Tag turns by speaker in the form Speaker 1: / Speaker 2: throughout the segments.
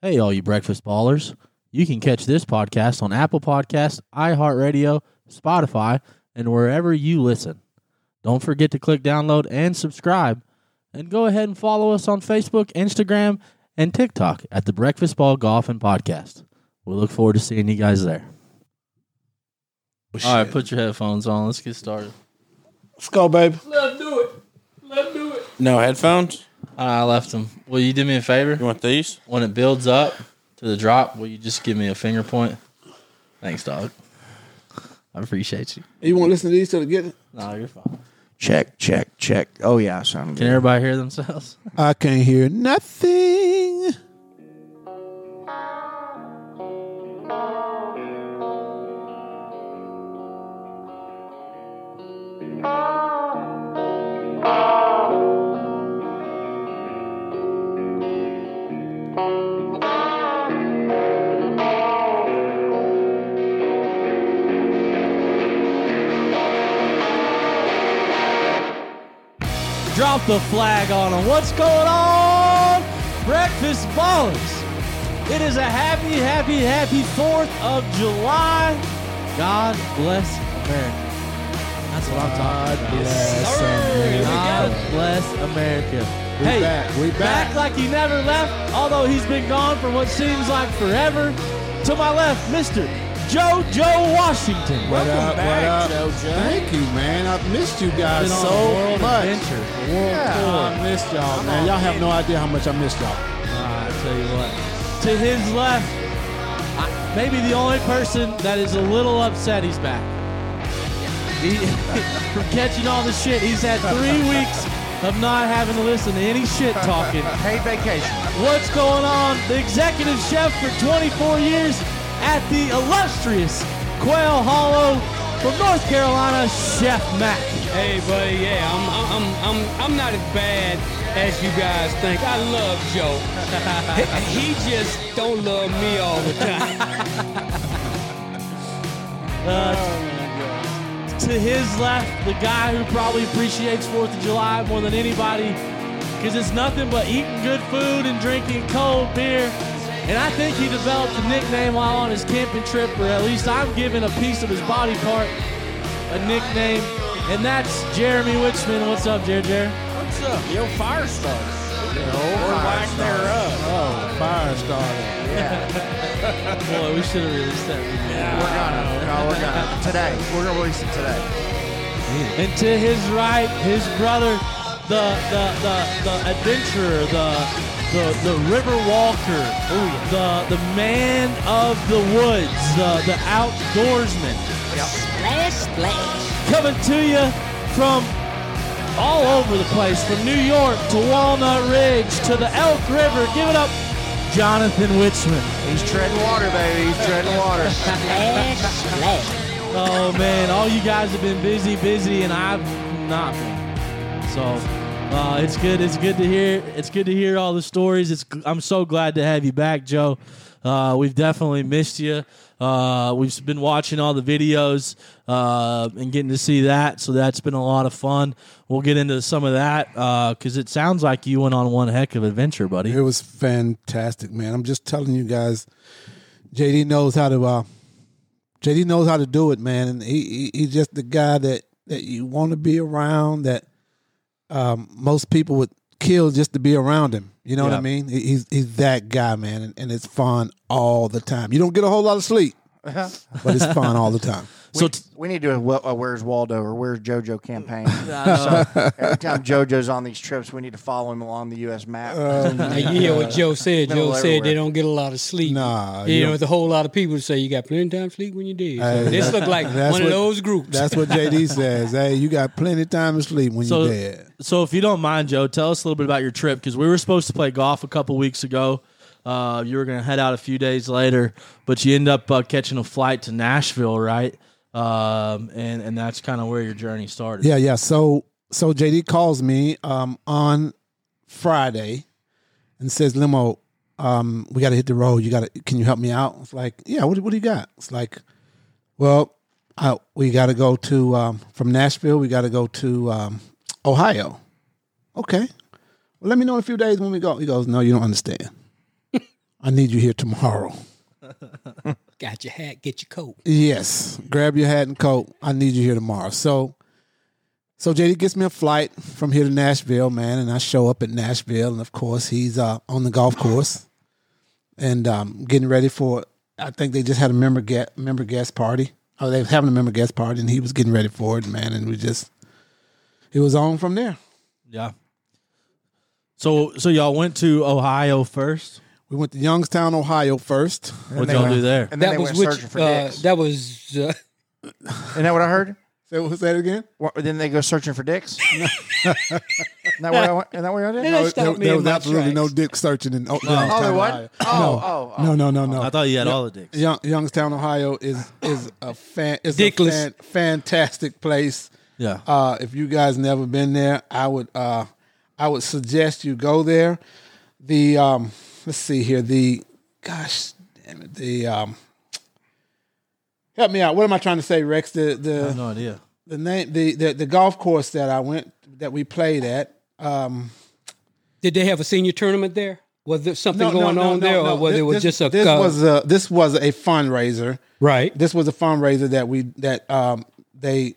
Speaker 1: Hey, all you breakfast ballers. You can catch this podcast on Apple Podcasts, iHeartRadio, Spotify, and wherever you listen. Don't forget to click download and subscribe. And go ahead and follow us on Facebook, Instagram, and TikTok at the Breakfast Ball Golf and Podcast. We look forward to seeing you guys there.
Speaker 2: Oh,
Speaker 1: All right,
Speaker 2: shit.
Speaker 1: put your headphones on. Let's get started.
Speaker 2: Let's go, babe.
Speaker 3: Let's do it. Let's do it.
Speaker 2: No headphones.
Speaker 1: I left them. Will you do me a
Speaker 2: You
Speaker 1: favor?
Speaker 2: want these?
Speaker 1: When it builds up to the drop, will you just give me a finger point? Thanks, dog. I appreciate you.
Speaker 3: You want to listen to these till they get it?
Speaker 1: No, you're fine.
Speaker 2: Check, check, check. Oh yeah, I sound
Speaker 1: Can
Speaker 2: good.
Speaker 1: everybody hear themselves?
Speaker 3: I can't hear nothing.
Speaker 1: Drop the flag on them. What's going on? Breakfast Ballers. It is a happy, happy, happy 4th of July. God bless America. That's what I'm talking about.
Speaker 3: bless
Speaker 1: Sir,
Speaker 3: America.
Speaker 1: God bless America.
Speaker 3: We
Speaker 1: hey,
Speaker 3: back, we back.
Speaker 1: like he never left, although he's been gone for what seems like forever. To my left, Mr. Joe Joe Washington.
Speaker 3: What
Speaker 4: Welcome
Speaker 3: up,
Speaker 4: back,
Speaker 3: what up?
Speaker 4: JoJo.
Speaker 3: Thank you, man. I've missed you guys
Speaker 1: Been on
Speaker 3: so
Speaker 1: a world
Speaker 3: much.
Speaker 1: adventure.
Speaker 3: Yeah, I missed y'all, man. Y'all have no idea how much I missed y'all.
Speaker 1: Ah, I tell you what. To his left, I, maybe the only person that is a little upset he's back. He, from catching all the shit, he's had three weeks of not having to listen to any shit talking.
Speaker 4: Paid vacation.
Speaker 1: What's going on? The executive chef for 24 years at the illustrious Quail Hollow from North Carolina, Chef Mac.
Speaker 4: Hey, buddy. Yeah, I'm, I'm, I'm, I'm, I'm not as bad as you guys think. I love Joe. he, he just don't love me all the time.
Speaker 1: to his left, the guy who probably appreciates Fourth of July more than anybody, because it's nothing but eating good food and drinking cold beer. And I think he developed a nickname while on his camping trip, or at least I'm giving a piece of his body part a nickname, and that's Jeremy Wichman. What's up, Jer? Jer?
Speaker 4: What's up? Yo, fire starter. Or lack thereof.
Speaker 3: Oh, fire starter.
Speaker 1: Boy, we should have released that.
Speaker 5: We're gonna. No, we're gonna. Today. We're gonna release it today.
Speaker 1: And to his right, his brother, the the the, the adventurer, the the the river walker,
Speaker 6: Oh,
Speaker 1: the the man of the woods, the the outdoorsman,
Speaker 6: Splash, splash.
Speaker 1: coming to you from all over the place, from New York to Walnut Ridge to the Elk River. Give it up, Jonathan Wichman.
Speaker 5: He's treading water, baby. He's treading water.
Speaker 6: Splash, splash.
Speaker 1: Oh man, all you guys have been busy, busy, and I've not been. So uh, it's good. It's good to hear. It's good to hear all the stories. It's. I'm so glad to have you back, Joe. Uh, we've definitely missed you. Uh, we've been watching all the videos uh, and getting to see that, so that's been a lot of fun. We'll get into some of that because it sounds like you went on one heck of adventure, buddy.
Speaker 3: It was fantastic, man. I'm just telling you guys, JD knows how to. Uh, JD knows how to do it, man, and he, he he's just the guy that that you want to be around. That um, most people would kill just to be around him. You know what
Speaker 1: Yeah.
Speaker 3: I mean? He- He's he's that guy, man, and, and it's fun all the time. You don't get a whole lot of sleep,
Speaker 1: Uh-huh.
Speaker 3: but it's fun all the time.
Speaker 1: So t-
Speaker 5: We need to do a, Wel- a Where's Waldo or Where's JoJo campaign. so every time JoJo's on these trips, we need to follow him along the U.S.
Speaker 3: Uh,
Speaker 5: map.
Speaker 1: Um,
Speaker 4: Now, you hear what Joe said.
Speaker 5: Middle
Speaker 4: Joe said
Speaker 5: everywhere.
Speaker 4: they don't get a lot of sleep.
Speaker 3: Nah,
Speaker 4: You
Speaker 3: you
Speaker 4: know, with a whole lot of people say you got plenty of time to sleep when you did. So
Speaker 3: Hey,
Speaker 4: this
Speaker 3: that-
Speaker 4: look like one
Speaker 3: that's
Speaker 4: of
Speaker 3: what-
Speaker 4: those groups.
Speaker 3: That's what JD says. Hey, you got plenty of time to sleep when
Speaker 1: So,
Speaker 3: you're dead.
Speaker 1: so if you don't mind, Joe, tell us a little bit about your trip because we were supposed to play golf a couple weeks ago. Uh, you were going to head out a few days later, but you end up uh, catching a flight to Nashville, right? Um, and and that's kind of where your journey started.
Speaker 3: Yeah, yeah. So so JD calls me um, on Friday and says, "Limo, um, we got to hit the road. You got to. Can you help me out?" It's like, "Yeah. What, do- what do you got?" It's like, "Well, I, we got to go to um, from Nashville. We got to go to um, Ohio." Okay. Well, let me know in a few days when we go. He goes, "No, you don't understand." I need you here tomorrow.
Speaker 4: Got your hat, get your coat.
Speaker 3: Yes, grab your hat and coat. I need you here tomorrow. So, so JD gets me a flight from here to Nashville, man, and I show up at Nashville, and of course he's uh, on the golf course and um, getting ready for. I think they just had a member get member guest party. Oh, they was having a member guest party, and he was getting ready for it, man, and we just it was on from there.
Speaker 1: Yeah. So so y'all went to Ohio first.
Speaker 3: We went to Youngstown, Ohio first.
Speaker 1: What y'all do there?
Speaker 5: And then
Speaker 4: That
Speaker 5: they
Speaker 4: was
Speaker 5: went
Speaker 4: which.
Speaker 5: searching for
Speaker 4: uh,
Speaker 5: dicks.
Speaker 4: that was. Uh,
Speaker 5: Isn't that what I heard?
Speaker 3: Say what was that again?
Speaker 5: What, then they go searching for dicks. Isn't that what I went? Isn't that what I did?
Speaker 4: And I
Speaker 3: There,
Speaker 4: stopped me
Speaker 3: there
Speaker 4: in
Speaker 3: was
Speaker 4: my
Speaker 3: absolutely no
Speaker 4: tracks.
Speaker 3: dick searching in oh,
Speaker 5: Oh,
Speaker 3: Youngstown,
Speaker 5: there
Speaker 3: Ohio.
Speaker 5: wasn't. Oh, oh, oh.
Speaker 3: No, no, no, no.
Speaker 1: I thought you had all the dicks.
Speaker 3: Young, Youngstown, Ohio is is a fan is a
Speaker 4: Dickless.
Speaker 3: fan, fantastic place.
Speaker 1: Yeah.
Speaker 3: Uh, if you guys never been there, I would uh, I would suggest you go there. The um, let's see here. The gosh, damn it. The um, help me out. What am I trying to say, Rex? The
Speaker 1: I have
Speaker 3: the
Speaker 1: no idea.
Speaker 3: the name the, the the golf course that I went that we played at. Um,
Speaker 4: did they have a senior tournament there? Was there something
Speaker 3: no, no,
Speaker 4: going
Speaker 3: no,
Speaker 4: on
Speaker 3: no,
Speaker 4: there,
Speaker 3: no.
Speaker 4: or was
Speaker 3: This-
Speaker 4: it was
Speaker 3: this-
Speaker 4: just a
Speaker 3: this
Speaker 4: uh,
Speaker 3: was a this was a fundraiser.
Speaker 4: right
Speaker 3: this was a fundraiser that we that um they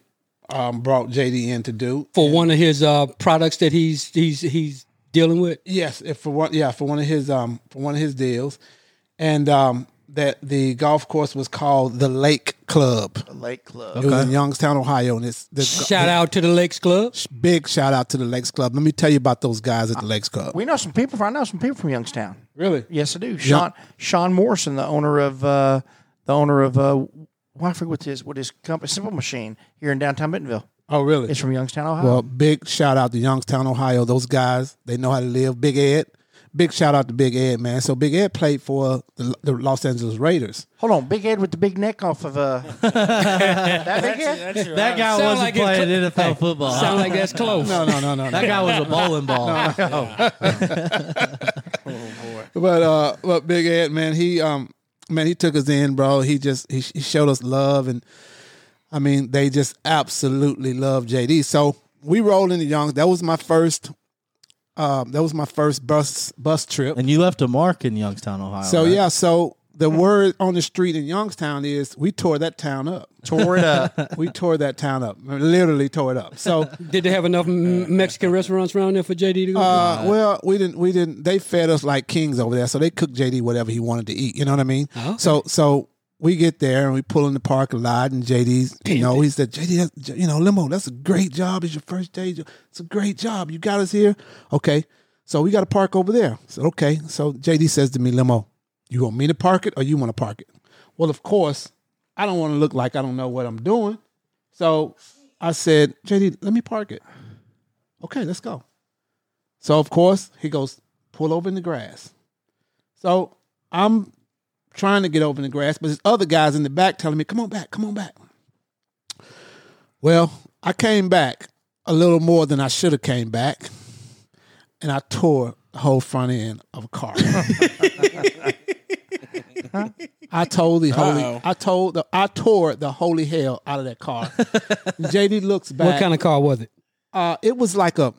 Speaker 3: um brought JD in to do.
Speaker 4: for one of his uh, products that he's he's he's dealing with?
Speaker 3: Yes, if for one yeah, for one of his um for one of his deals. And um that the golf course was called the Lake Club.
Speaker 5: Lake Club.
Speaker 3: It was in Youngstown, Ohio, and it's this
Speaker 4: Shout out to the Lakes Club.
Speaker 3: big shout out to the Lakes Club. Let me tell you about those guys at the Lakes Club.
Speaker 5: We know some people. From, I know some people from Youngstown.
Speaker 3: really?
Speaker 5: Yes, I do. Sean Sean Morrison, the owner of uh, the owner of uh, well, I forget what his what his company Simple Machine here in downtown Bentonville.
Speaker 3: Oh, really?
Speaker 5: It's from Youngstown, Ohio.
Speaker 3: Well, big shout out to Youngstown, Ohio. Those guys, they know how to live. Big Ed, big shout out to Big Ed, man. So Big Ed played for the, the Los Angeles Raiders.
Speaker 5: Hold on, Big Ed with the big neck off of uh, that Big Ed.
Speaker 1: That guy
Speaker 4: Sound
Speaker 1: wasn't
Speaker 4: like it
Speaker 1: playing
Speaker 4: cl-
Speaker 1: NFL football.
Speaker 4: Sound like that's close.
Speaker 3: No, no, no, no, no.
Speaker 1: that guy was a bowling ball.
Speaker 3: but uh but big ed man he um man he took us in bro he just he, he showed us love and i mean they just absolutely love jd so we rolled into young that was my first uh that was my first bus bus trip
Speaker 1: And you left a mark in Youngstown, Ohio.
Speaker 3: so
Speaker 1: right?
Speaker 3: yeah so the word on the street in youngstown is we tore that town up
Speaker 5: Tore it up.
Speaker 3: we tore that town up literally tore it up so
Speaker 4: Did they have enough m- Mexican restaurants around there for JD to go?
Speaker 3: Uh, well, we didn't. We didn't. They fed us like kings over there, so they cooked JD whatever he wanted to eat. You know what I mean?
Speaker 4: Okay.
Speaker 3: So, so we get there and we pull in the parking lot, and JD's. You know, he said, JD, that's, you know, limo. That's a great job. It's your first day. jo- It's a great job. You got us here. Okay, so we got to park over there. So okay, so JD says to me, limo, you want me to park it or you want to park it? Well, of course, I don't want to look like I don't know what I'm doing. So I said, JD, let me park it. Okay, let's go. So of course he goes pull over in the grass. So I'm trying to get over in the grass, but there's other guys in the back telling me, "Come on back, come on back." Well, I came back a little more than I should have came back, and I tore the whole front end of a car. I told the holy, I told the, I tore the holy hell out of that car. JD looks back.
Speaker 4: what kind of car was it?
Speaker 3: Uh, it was like a,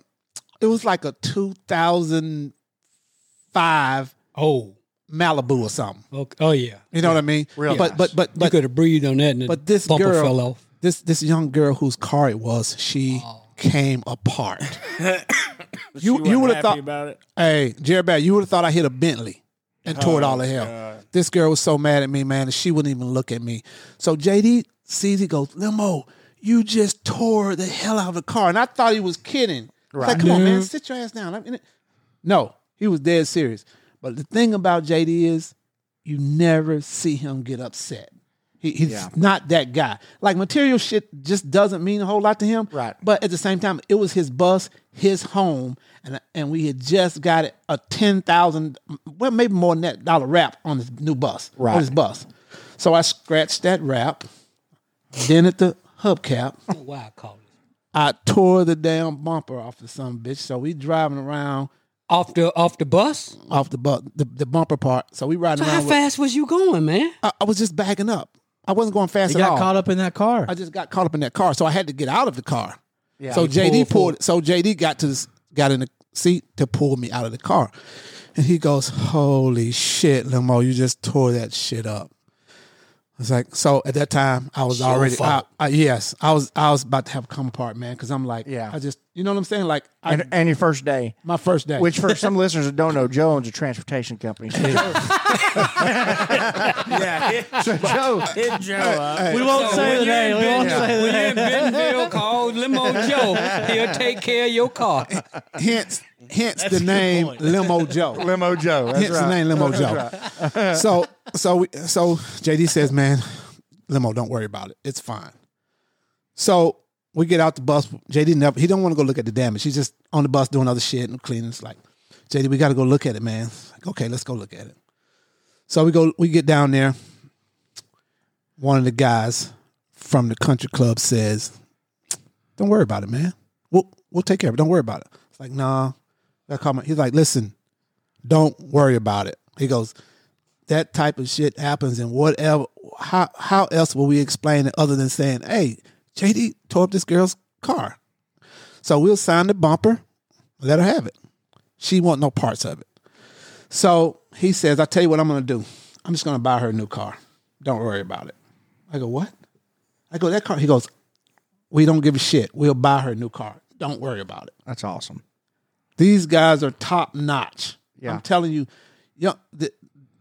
Speaker 3: it was like a 2005
Speaker 4: Oh,
Speaker 3: Malibu or something.
Speaker 4: okay. oh yeah.
Speaker 3: You know what I mean?
Speaker 5: Real
Speaker 3: but,
Speaker 5: nice.
Speaker 3: but but
Speaker 4: you
Speaker 3: but
Speaker 4: could have breathed on that, and the
Speaker 3: but this
Speaker 4: bumper
Speaker 3: girl,
Speaker 4: fell off.
Speaker 3: this this young girl whose car it was, she came apart. you you would have thought
Speaker 2: about it.
Speaker 3: Hey, Jerry Bad, you would have thought I hit a Bentley and tore it all to hell. This girl was so mad at me, man, and she wouldn't even look at me. So JD sees he goes, Limo, you just tore the hell out of the car. And I thought he was kidding. Right. Like, come on, man, sit your ass down. I'm in it. No, he was dead serious. But the thing about JD is you never see him get upset. He, he's not that guy. Like material shit just doesn't mean a whole lot to him.
Speaker 5: Right.
Speaker 3: But at the same time, it was his bus, his home, and and we had just got a ten thousand, well maybe more than that dollar wrap on this new bus. Right. On his bus. So I scratched that wrap. Then at the hubcap,
Speaker 4: I don't know Why Oh, I call it
Speaker 3: I tore the damn bumper off of some bitch. So we driving around
Speaker 4: off the off the bus?
Speaker 3: off the bu- the, the bumper part. So we riding
Speaker 4: So how
Speaker 3: around. With,
Speaker 4: fast was you going, man?
Speaker 3: I, I was just backing up. I wasn't going fast
Speaker 1: He
Speaker 3: at
Speaker 1: got
Speaker 3: all.
Speaker 1: caught up in that car.
Speaker 3: I just got caught up in that car, so I had to get out of the car. so
Speaker 4: He
Speaker 3: JD
Speaker 4: pulled-
Speaker 3: pulled. So JD got to this, got in the seat to pull me out of the car, And he goes, Holy shit, Limo, you just tore that shit up. It's like so at that time I was already I, I- yes I was I was about to have a come apart man because I'm like
Speaker 5: Yeah.
Speaker 3: I just you know what I'm saying like I,
Speaker 5: And, and your first day.
Speaker 3: my first day
Speaker 5: Which, for some listeners that don't know, Joe owns a transportation company. So
Speaker 7: Yeah.
Speaker 5: Joe, Joe,
Speaker 7: Hit Joe up.
Speaker 1: We won't
Speaker 4: So
Speaker 1: say
Speaker 4: when
Speaker 1: the
Speaker 4: you're
Speaker 1: name.
Speaker 4: in
Speaker 1: We won't
Speaker 4: Bentonville-
Speaker 1: say the
Speaker 4: When you're
Speaker 1: name.
Speaker 4: in Bentonville, call Limo Joe. He'll take care of your car.
Speaker 3: hence hence
Speaker 1: a
Speaker 3: the
Speaker 1: good
Speaker 3: name
Speaker 1: point.
Speaker 3: Limo Joe
Speaker 5: Limo Joe. That's
Speaker 3: hence the name Limo Joe so so we, so JD says man Limo don't worry about it it's fine so we get out the bus JD never he don't want to go look at the damage he's just on the bus doing other shit and cleaning it's like JD we got to go look at it man like okay let's go look at it so we go we get down there one of the guys from the country club says, "Don't worry about it, man. We'll we'll take care of it. Don't worry about it." It's like, nah. I call my, he's like, "Listen, don't worry about it." He goes, "That type of shit happens, and whatever. How how else will we explain it other than saying, hey, JD tore up this girl's car, so we'll sign the bumper, let her have it. She want no parts of it." So he says, "I tell you what, I'm going to do. I'm just going to buy her a new car. Don't worry about it." I go, what? I go, that car. He goes, we don't give a shit. We'll buy her a new car. Don't worry about it.
Speaker 5: That's awesome.
Speaker 3: These guys are top notch.
Speaker 5: Yeah.
Speaker 3: I'm telling you, yo, the,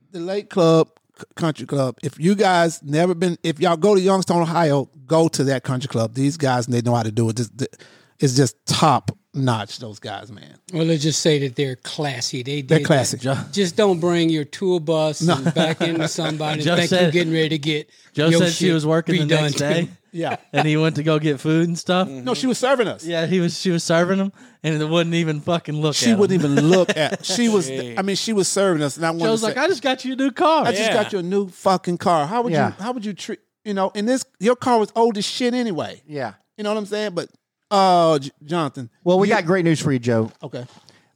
Speaker 3: the late club, c- country club. If you guys never been, if y'all go to Youngstown, Ohio, go to that country club. These guys, they know how to do it. Just, the- it's just top notch. Those guys, man,
Speaker 4: Well, let's just say that they're classy. They did
Speaker 3: they're
Speaker 4: that.
Speaker 3: classic.
Speaker 4: Just don't bring your tour bus and back into somebody
Speaker 1: Joe
Speaker 4: and think
Speaker 1: said-
Speaker 4: you're getting ready to get.
Speaker 1: Joe
Speaker 4: your
Speaker 1: said she
Speaker 4: shit
Speaker 1: was working the
Speaker 4: redone
Speaker 1: next
Speaker 4: to.
Speaker 1: day,
Speaker 3: Yeah. Mm-hmm.
Speaker 1: and he went to go get food and stuff.
Speaker 3: No, she was serving us.
Speaker 1: Yeah, he was. She was serving him, and it wouldn't even fucking look.
Speaker 3: She
Speaker 1: at
Speaker 3: wouldn't
Speaker 1: him.
Speaker 3: even look at. She was. I mean, she was serving us, and I wanted
Speaker 1: Joe's
Speaker 3: to
Speaker 1: like,
Speaker 3: say-
Speaker 1: I just got you a new car.
Speaker 3: I just got you a new fucking car. How would
Speaker 5: Yeah.
Speaker 3: you how would you treat you know, and this your car was old as shit anyway.
Speaker 5: Yeah.
Speaker 3: You know what I'm saying? But oh J- Jonathan.
Speaker 5: Well, we got great news for you, Joe.
Speaker 3: Okay.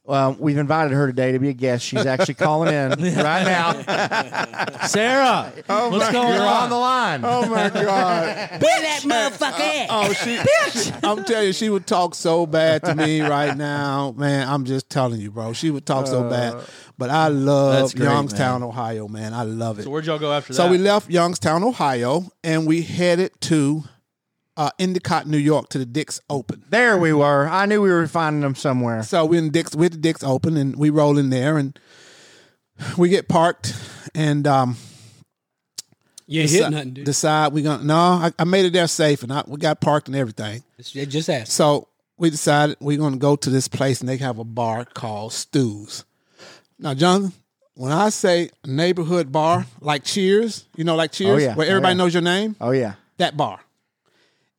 Speaker 5: Uh, we've invited her today to be a guest. She's actually calling in right now.
Speaker 1: Sarah. what's going
Speaker 5: You're on
Speaker 1: on?
Speaker 5: the line.
Speaker 3: Oh my God.
Speaker 6: Where that motherfucker at?
Speaker 3: Oh she, she- I'm telling you, she would talk so bad to me right now. Man, I'm just telling you, bro. She would talk so bad. But I love
Speaker 1: Uh, That's great,
Speaker 3: Youngstown, Ohio, man. I love it.
Speaker 1: so where'd y'all go after
Speaker 3: So
Speaker 1: that?
Speaker 3: we left Youngstown, Ohio, and we headed to uh, Endicott, New York, to the Dix Open.
Speaker 5: There we were. I knew we were finding them somewhere.
Speaker 3: So we're in Dick's with the Dick's open and we roll in there and we get parked and um
Speaker 4: You ain't hit nothing, dude.
Speaker 3: decide we're gonna no, I, I made it there safe and I, we got parked and everything.
Speaker 4: Just- just ask.
Speaker 3: So we decided we're gonna go to this place and they have a bar called Stews. Now, Jonathan, when I say neighborhood bar, like Cheers, you know, like Cheers,
Speaker 5: yeah.
Speaker 3: where
Speaker 5: Oh,
Speaker 3: everybody
Speaker 5: yeah.
Speaker 3: knows your name,
Speaker 5: Oh, yeah.
Speaker 3: that bar.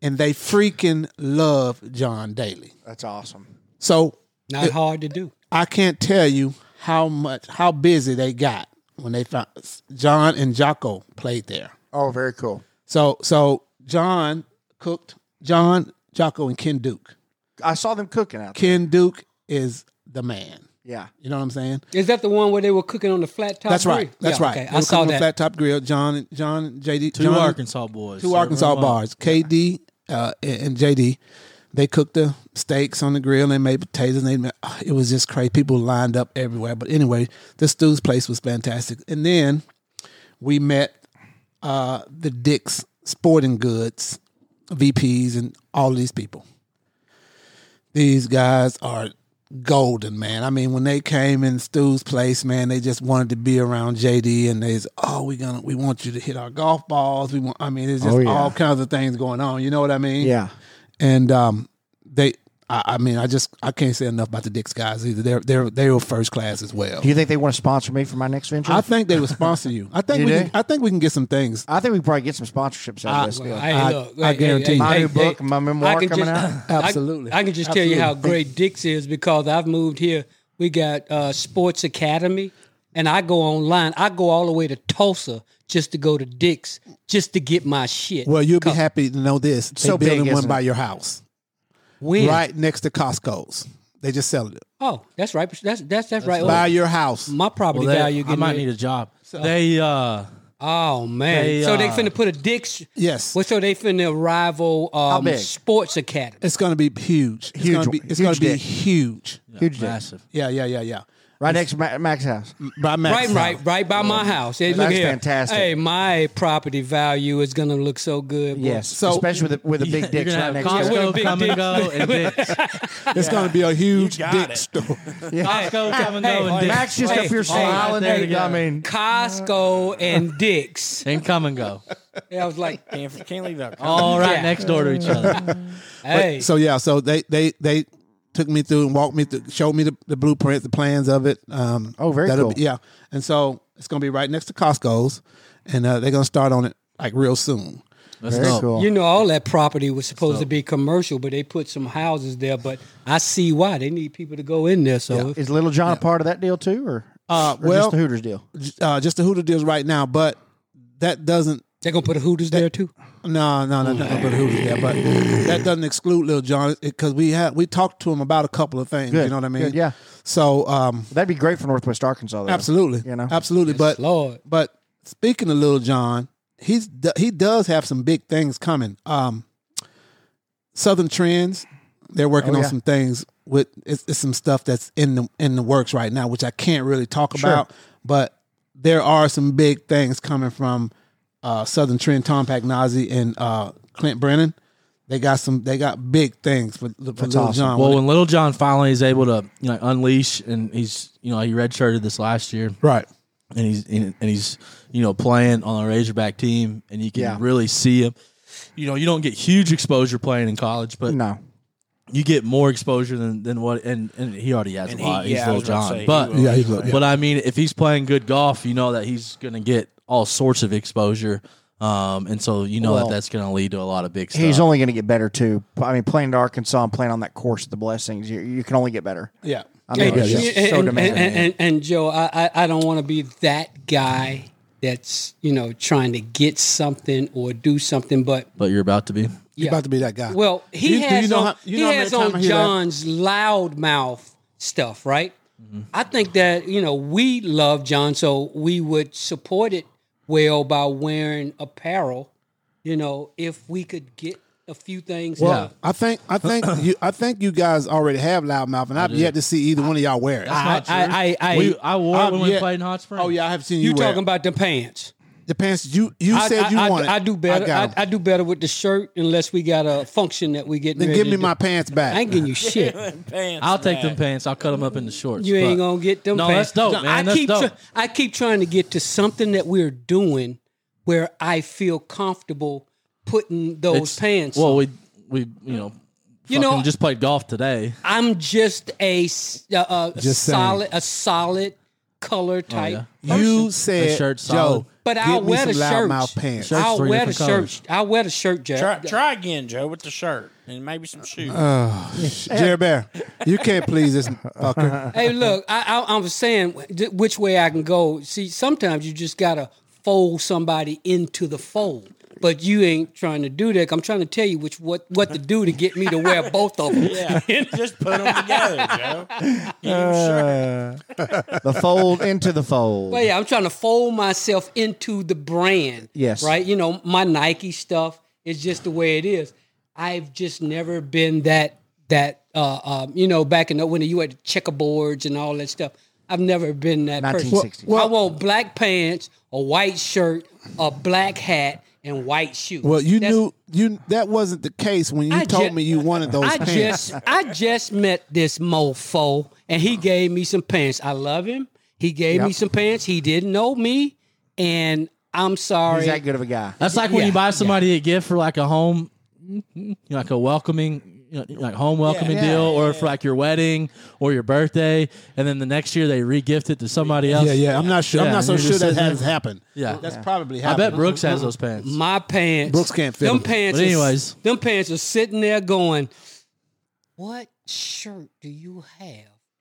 Speaker 3: And they freaking love John Daly.
Speaker 5: That's awesome.
Speaker 3: So
Speaker 4: Not hard to do.
Speaker 3: I can't tell you how much how busy they got when they found John and Jocko played there.
Speaker 5: Oh, very cool.
Speaker 3: So so John cooked John Jocko and Ken Duke.
Speaker 5: I saw them cooking out there.
Speaker 3: Ken Duke is the man.
Speaker 5: Yeah.
Speaker 3: You know what I'm saying?
Speaker 4: Is that the one where they were cooking on the flat top?
Speaker 3: That's
Speaker 4: grill?
Speaker 3: right. That's
Speaker 4: Yeah,
Speaker 3: right.
Speaker 4: Okay,
Speaker 3: They
Speaker 4: I
Speaker 3: were
Speaker 4: saw
Speaker 3: cooking on
Speaker 4: that.
Speaker 3: Flat Top Grill. John John JD
Speaker 1: two
Speaker 3: John,
Speaker 1: Arkansas boys.
Speaker 3: two
Speaker 1: Serving
Speaker 3: Arkansas
Speaker 1: them up.
Speaker 3: bars. KD uh, and and JD. They cooked the steaks on the grill and made potatoes. And they made, ah, it was just crazy. People lined up everywhere. But anyway, this dude's place was fantastic. And then we met uh, the Dick's Sporting Goods VPs and all these people. These guys are golden, man. I mean, when they came in Stu's place, man, they just wanted to be around JD, and they, said, oh, we gonna, we want you to hit our golf balls. We want, I mean, it's just
Speaker 5: Oh, yeah.
Speaker 3: all kinds of things going on. You know what I mean?
Speaker 5: Yeah.
Speaker 3: and um, they. I I mean, I just I can't say enough about the Dix guys either. They're they're they were first class as well.
Speaker 5: Do you think they want to sponsor me for my next venture?
Speaker 3: I think they would sponsor you. I think
Speaker 5: You
Speaker 3: we
Speaker 5: do?
Speaker 3: can, I think we can get some things.
Speaker 5: I think we probably get some sponsorships out of this.
Speaker 4: Well,
Speaker 5: deal.
Speaker 4: hey,
Speaker 3: I-
Speaker 4: look,
Speaker 3: I
Speaker 4: hey, hey,
Speaker 3: guarantee
Speaker 4: hey,
Speaker 3: you.
Speaker 5: My
Speaker 4: hey,
Speaker 5: new book,
Speaker 4: hey,
Speaker 5: my memoir
Speaker 4: I can
Speaker 5: coming out.
Speaker 4: just- I-
Speaker 3: Absolutely.
Speaker 4: I, can just tell you how
Speaker 3: Absolutely.
Speaker 4: great Dix is because I've moved here. We got uh, Sports Academy, and I go online. I go all the way to Tulsa just to go to Dix just to get my shit.
Speaker 3: Well, you'll be happy to know this. They
Speaker 5: so
Speaker 3: building
Speaker 5: big,
Speaker 3: one
Speaker 5: isn't
Speaker 3: by
Speaker 5: it?
Speaker 3: your house,
Speaker 4: When?
Speaker 3: right next to Costco's. They just sell it
Speaker 4: Oh, that's right. That's that's that's right.
Speaker 3: by
Speaker 4: Oh,
Speaker 3: your house.
Speaker 4: my property
Speaker 1: Well, they-
Speaker 4: value.
Speaker 1: I
Speaker 4: Getting
Speaker 1: might
Speaker 4: ready.
Speaker 1: need a job. They uh,
Speaker 4: Oh man!
Speaker 1: They,
Speaker 4: so they
Speaker 1: uh,
Speaker 4: finna put a Dix.
Speaker 3: Yes,
Speaker 4: Well, so they finna rival um,
Speaker 5: big?
Speaker 4: Sports Academy.
Speaker 3: it's going to be huge. It's
Speaker 5: Huge
Speaker 3: going to be
Speaker 5: one.
Speaker 3: it's going
Speaker 5: Huge
Speaker 3: to be
Speaker 5: dick.
Speaker 3: huge.
Speaker 5: Huge deal.
Speaker 1: massive.
Speaker 3: Yeah, yeah, yeah, yeah.
Speaker 5: Right next to Ma- Mac's house.
Speaker 3: By Max
Speaker 4: Right,
Speaker 3: House.
Speaker 4: right, right by my house. Hey, look
Speaker 5: That's
Speaker 4: here.
Speaker 5: fantastic.
Speaker 4: Hey, my property value is gonna look so good. boy.
Speaker 5: Yes.
Speaker 3: So-
Speaker 5: Especially with a, with a big dick
Speaker 1: You're gonna have
Speaker 5: right next to
Speaker 4: With
Speaker 5: it.
Speaker 4: a
Speaker 1: Costco
Speaker 4: big
Speaker 1: come and
Speaker 4: dick.
Speaker 1: go and Dick's.
Speaker 3: It's going to be a huge
Speaker 2: got
Speaker 3: dick
Speaker 2: it.
Speaker 3: store.
Speaker 1: Costco come and go and
Speaker 4: Hey,
Speaker 1: Dick's.
Speaker 5: Mac's just up
Speaker 4: Hey,
Speaker 5: here
Speaker 4: hey,
Speaker 5: smiling
Speaker 1: hey,
Speaker 5: and
Speaker 1: yeah.
Speaker 5: gumming.
Speaker 4: Costco and Dick's.
Speaker 1: And come and go.
Speaker 4: Yeah, I was like,
Speaker 2: Can't, can't leave that.
Speaker 1: All right
Speaker 4: Yeah.
Speaker 1: next door to each other.
Speaker 4: hey,
Speaker 3: So yeah, so they they they took me through and walked me through, showed me the, the blueprint, the plans of it. Um,
Speaker 5: Oh, very
Speaker 3: that'll
Speaker 5: cool.
Speaker 3: Be, yeah, and so it's gonna be right next to Costco's, and uh, they're gonna start on it like real soon.
Speaker 1: Let's
Speaker 5: Very
Speaker 1: go.
Speaker 5: cool.
Speaker 4: you know, all that property was supposed to be commercial, but they put some houses there. But I see why they need people to go in there. So
Speaker 5: Is Little John a part of that deal too, or,
Speaker 3: Uh,
Speaker 5: or
Speaker 3: well-
Speaker 5: just the Hooters deal?
Speaker 3: J- Uh, just the Hooter deals right now, but that doesn't.
Speaker 4: they're gonna put a Hooters there too.
Speaker 3: No, no, no, no, no, but Hooter, yeah, but that doesn't exclude Lil John because we had we talked to him about a couple of things. You
Speaker 5: Good,
Speaker 3: know what I mean?
Speaker 5: good, yeah.
Speaker 3: So um,
Speaker 5: That'd be great for Northwest Arkansas. Though.
Speaker 3: Absolutely,
Speaker 5: You know?
Speaker 3: absolutely. But
Speaker 4: Lord.
Speaker 3: but speaking of Little John, he's he does have some big things coming. Um, Southern Trends, they're working
Speaker 5: Oh,
Speaker 3: on
Speaker 5: yeah.
Speaker 3: some things with it's, it's some stuff that's in the in the works right now, which I can't really talk about. But there are some big things coming from uh, Southern Trend, Tom Pagnosi, and uh, Clint Brennan. They got some. They got big things for, for Little
Speaker 5: awesome.
Speaker 3: John.
Speaker 1: Well, when Little John finally is able to you know, unleash, and he's you know he redshirted this last year,
Speaker 3: right.
Speaker 1: and he's and he's you know playing on a Razorback team, and you can
Speaker 5: Yeah.
Speaker 1: really see him. You know, you don't get huge exposure playing in college, but
Speaker 5: No.
Speaker 1: you get more exposure than, than what and, and he already has
Speaker 2: And
Speaker 1: a
Speaker 2: he-
Speaker 1: lot.
Speaker 2: yeah,
Speaker 1: he's
Speaker 2: I
Speaker 1: Little
Speaker 2: was about to
Speaker 1: John,
Speaker 2: say, he
Speaker 1: but
Speaker 2: will.
Speaker 3: Yeah, he's little.
Speaker 1: but I mean, if he's playing good golf, you know that he's going to get all sorts of exposure, um, and so you know
Speaker 5: Well,
Speaker 1: that that's going to lead to a lot of big stuff.
Speaker 5: He's only going to get better too. I mean, playing at Arkansas and playing on that course, the blessings, you, you can only get better.
Speaker 3: Yeah.
Speaker 5: I mean,
Speaker 4: Hey,
Speaker 5: it's just
Speaker 4: and,
Speaker 5: so
Speaker 4: and-
Speaker 5: demanding.
Speaker 4: And, and- and Joe, I, I, I don't want to be that guy that's you know trying to get something or do something, but
Speaker 1: but you're about to be.
Speaker 3: You're about to be that guy.
Speaker 4: well, he
Speaker 3: Do you- do
Speaker 4: has
Speaker 3: you know
Speaker 4: on,
Speaker 3: how- you
Speaker 4: he
Speaker 3: know how
Speaker 4: has
Speaker 3: many times
Speaker 4: on
Speaker 3: I hear that?
Speaker 4: John's loudmouth stuff, right?
Speaker 3: Mm-hmm.
Speaker 4: I think that you know we love John, so we would support it well by wearing apparel. You know, if we could get a few things.
Speaker 3: Well,
Speaker 4: out.
Speaker 3: I think I think you I think you guys already have loudmouth, and I've yet to see either one of y'all wear it.
Speaker 4: I, I, I, I,
Speaker 1: We- I wore it
Speaker 3: I'm
Speaker 1: when we
Speaker 3: yet-
Speaker 1: played in Hot Springs.
Speaker 3: oh yeah, I have seen you.
Speaker 4: you
Speaker 3: wear
Speaker 4: talking
Speaker 3: it.
Speaker 4: about the pants?
Speaker 3: the pants? You you
Speaker 4: I-
Speaker 3: said
Speaker 4: I,
Speaker 3: you
Speaker 4: I,
Speaker 3: wanted.
Speaker 4: I do better. I,
Speaker 3: got 'em.
Speaker 4: I, do better with the shirt unless we got a function that we get.
Speaker 3: then
Speaker 4: ready
Speaker 3: give
Speaker 4: to
Speaker 3: me
Speaker 4: do.
Speaker 3: my pants back.
Speaker 4: I ain't getting you shit.
Speaker 2: Pants
Speaker 1: I'll take
Speaker 2: back.
Speaker 1: them pants. I'll cut them up into shorts.
Speaker 4: You ain't
Speaker 1: but-
Speaker 4: gonna get them.
Speaker 1: No,
Speaker 4: pants.
Speaker 1: that's dope,
Speaker 4: No,
Speaker 1: man.
Speaker 4: I
Speaker 1: That's
Speaker 4: keep
Speaker 1: dope.
Speaker 4: try- I keep trying to get to something that we're doing where I feel comfortable putting those
Speaker 1: It's-
Speaker 4: pants.
Speaker 1: Well,
Speaker 4: on.
Speaker 1: we we you know,
Speaker 4: You
Speaker 1: you
Speaker 4: know-
Speaker 1: know, just played golf today.
Speaker 4: I'm just a s- uh, uh,
Speaker 3: Just saying.
Speaker 4: solid, a solid
Speaker 1: Oh,
Speaker 4: color type.
Speaker 3: you
Speaker 4: person.
Speaker 3: said
Speaker 1: The shirt's
Speaker 3: Joe,
Speaker 1: solid.
Speaker 4: But
Speaker 3: give
Speaker 4: I'll
Speaker 3: me
Speaker 4: wear
Speaker 3: some
Speaker 4: the shirt.
Speaker 3: loudmouth pants.
Speaker 1: Shirt's
Speaker 4: I'll
Speaker 1: three
Speaker 4: wear the
Speaker 1: different colors.
Speaker 4: shirt. I'll wear the shirt, Jack.
Speaker 2: Try, try again, Joe, with the shirt and maybe some shoes.
Speaker 4: Uh.
Speaker 3: Jerry Bear, you can't please this fucker.
Speaker 4: hey, look, I, I, I was saying wh- which way I can go. See, sometimes you just gotta fold somebody into the fold. But you ain't trying to do that. I'm trying to tell you which what what to do to get me to wear both of them.
Speaker 2: yeah, just put them together, Joe. You
Speaker 4: Uh.
Speaker 2: sure?
Speaker 5: the fold into the fold.
Speaker 4: Well, yeah, I'm trying to fold myself into the brand.
Speaker 5: Yes.
Speaker 4: Right? You know, my Nike stuff is just the way it is. I've just never been that, that uh, um, you know, back in the, when you had checkerboards and all that stuff. I've never been that person.
Speaker 5: 1960s.
Speaker 4: Well, I want black pants, a white shirt, a black hat, and white shoes.
Speaker 3: Well, you
Speaker 4: That's-
Speaker 3: knew you that wasn't the case when you
Speaker 4: I
Speaker 3: told
Speaker 4: ju-
Speaker 3: me you wanted those
Speaker 4: I
Speaker 3: pants.
Speaker 4: just I just met this mofo and he gave me some pants. I love him. He gave me some pants. He didn't know me, and I'm sorry.
Speaker 5: He's that good of a guy.
Speaker 1: That's like when
Speaker 4: Yeah,
Speaker 1: you buy somebody a gift for like a home, you know, like a welcoming, you know, like home welcoming
Speaker 2: yeah,
Speaker 1: deal, or for like your wedding or your birthday, and then the next year they regift it to somebody else.
Speaker 3: yeah, yeah. I'm not sure. I'm
Speaker 1: Yeah,
Speaker 3: not so
Speaker 1: you just
Speaker 3: sure that
Speaker 1: sit there.
Speaker 3: has happened.
Speaker 1: Yeah.
Speaker 3: that's probably
Speaker 1: I
Speaker 3: happened.
Speaker 1: bet Brooks has those pants.
Speaker 4: my pants.
Speaker 3: Brooks can't fit
Speaker 4: them
Speaker 3: them.
Speaker 4: pants.
Speaker 1: But
Speaker 4: are-
Speaker 1: anyways.
Speaker 4: them pants are sitting there going. What shirt do you have?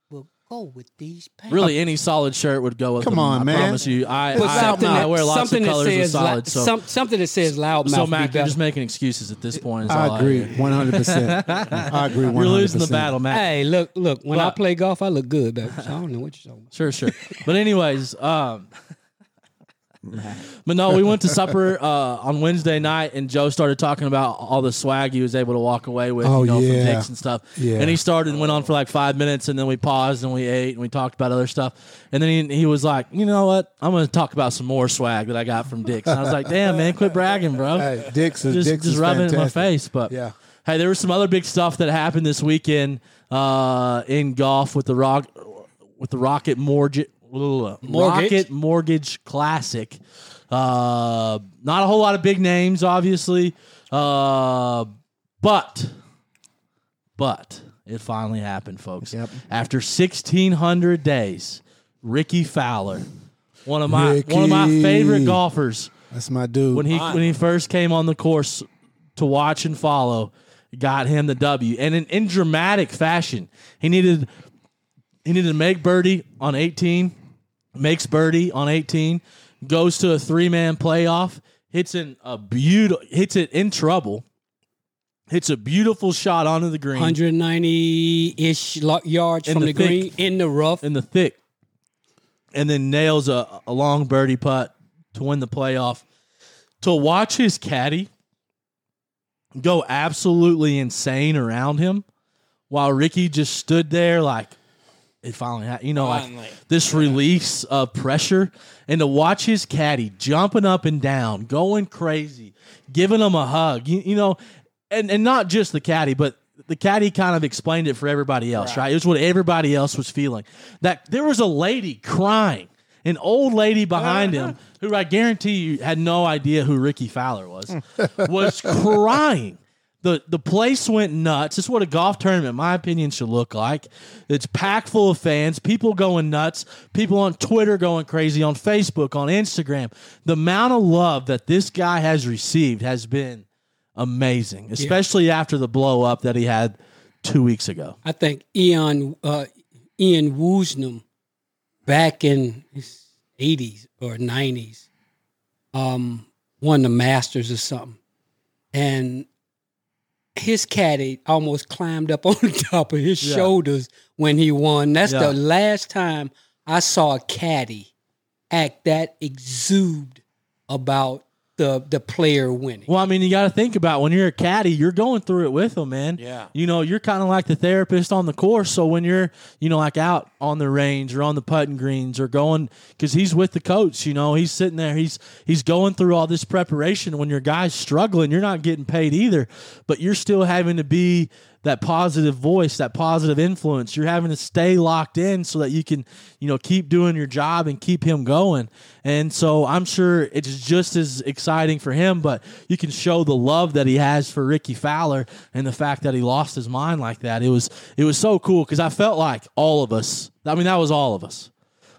Speaker 4: Will go with these pants.
Speaker 1: Really, any solid shirt would go with.
Speaker 3: Come
Speaker 1: them,
Speaker 3: on,
Speaker 1: I
Speaker 3: man.
Speaker 1: Promise you, I
Speaker 4: Put
Speaker 1: I,
Speaker 4: something
Speaker 1: I
Speaker 4: that-
Speaker 1: wear lots of
Speaker 4: something that
Speaker 1: colors of
Speaker 4: says lou-
Speaker 1: solid. So,
Speaker 4: some- something that says loudmouth.
Speaker 1: so
Speaker 4: be
Speaker 1: Mac, you're
Speaker 4: better.
Speaker 1: just making excuses at this point. Is all I
Speaker 3: I agree, 100. percent I agree. 100%.
Speaker 1: You're losing the battle, Mac.
Speaker 4: Hey, look, look. When I
Speaker 1: But-
Speaker 4: play golf, I look good, baby. So I don't know what you're talking about.
Speaker 1: Sure, sure. But anyways, um, But no, we went to supper uh, on Wednesday night, and Joe started talking about all the swag he was able to walk away with,
Speaker 3: Oh,
Speaker 1: you know,
Speaker 3: yeah.
Speaker 1: from dicks and stuff.
Speaker 3: Yeah.
Speaker 1: And he started and went on for like five minutes, and then we paused and we ate and we talked about other stuff. And then he, he was like, "You know what? I'm going to talk about some more swag that I got from dicks." And I was like, "Damn, man, quit bragging, bro."
Speaker 3: Hey, dicks is
Speaker 1: just,
Speaker 3: dicks
Speaker 1: just
Speaker 3: is
Speaker 1: rubbing it in my
Speaker 3: fantastic.
Speaker 1: face. But
Speaker 3: Yeah.
Speaker 1: hey, there was some other big stuff that happened this weekend uh, in golf with the rock with the Rocket Mortgage Rocket Mortgage Classic. Uh, not a whole lot of big names, obviously, uh, but but it finally happened, folks. After sixteen hundred days, Ricky Fowler, one of my one of my
Speaker 3: Ricky.
Speaker 1: favorite golfers
Speaker 3: That's my dude.
Speaker 1: when he when he first came on the course to watch and follow, got him the W, and in, in dramatic fashion, he needed he needed to make birdie on eighteen, makes birdie on eighteen, goes to a three man playoff, hits in a beautiful hits it in trouble, hits a beautiful shot onto the green
Speaker 4: 190 ish yards
Speaker 1: In
Speaker 4: from
Speaker 1: the
Speaker 4: the,
Speaker 1: thick.
Speaker 4: green in the rough.
Speaker 1: in the thick, and then nails a, a long birdie putt to win the playoff. To watch his caddy go absolutely insane around him, while Ricky just stood there like it finally, ha- you know,
Speaker 2: Finally.
Speaker 1: like this release of pressure, and to watch his caddy jumping up and down, going crazy, giving him a hug, you, you know, and and not just the caddy, but the caddy kind of explained it for everybody else, right? It was what everybody else was feeling. That there was a lady crying, an old lady behind him, who I guarantee you had no idea who Ricky Fowler was, was crying. The, the place went nuts. It's what a golf tournament, in my opinion, should look like. It's packed full of fans, people going nuts, people on Twitter going crazy, on Facebook, on Instagram. The amount of love that this guy has received has been amazing, especially after the blow up that he had two weeks ago.
Speaker 4: I think Ian uh, Ian Woosnam back in his 80s or 90s um, won the Masters or something, and his caddy almost climbed up on the top of his shoulders when he won. That's
Speaker 1: Yeah.
Speaker 4: the last time I saw a caddy act that exude about the the player winning.
Speaker 1: Well, I mean, you got to think about when you're a caddy, you're going through it with them, man.
Speaker 2: Yeah.
Speaker 1: You know, you're kind of like the therapist on the course. So when you're, you know, like out on the range or on the putting greens or going, because he's with the coach, you know, he's sitting there, he's he's going through all this preparation. When your guy's struggling, you're not getting paid either, but you're still having to be that positive voice, that positive influence. You're having to stay locked in so that you can, you know, keep doing your job and keep him going. And so I'm sure it's just as exciting for him, but you can show the love that he has for Ricky Fowler and the fact that he lost his mind like that. It was it was so cool because I felt like all of us. I mean, that was all of us.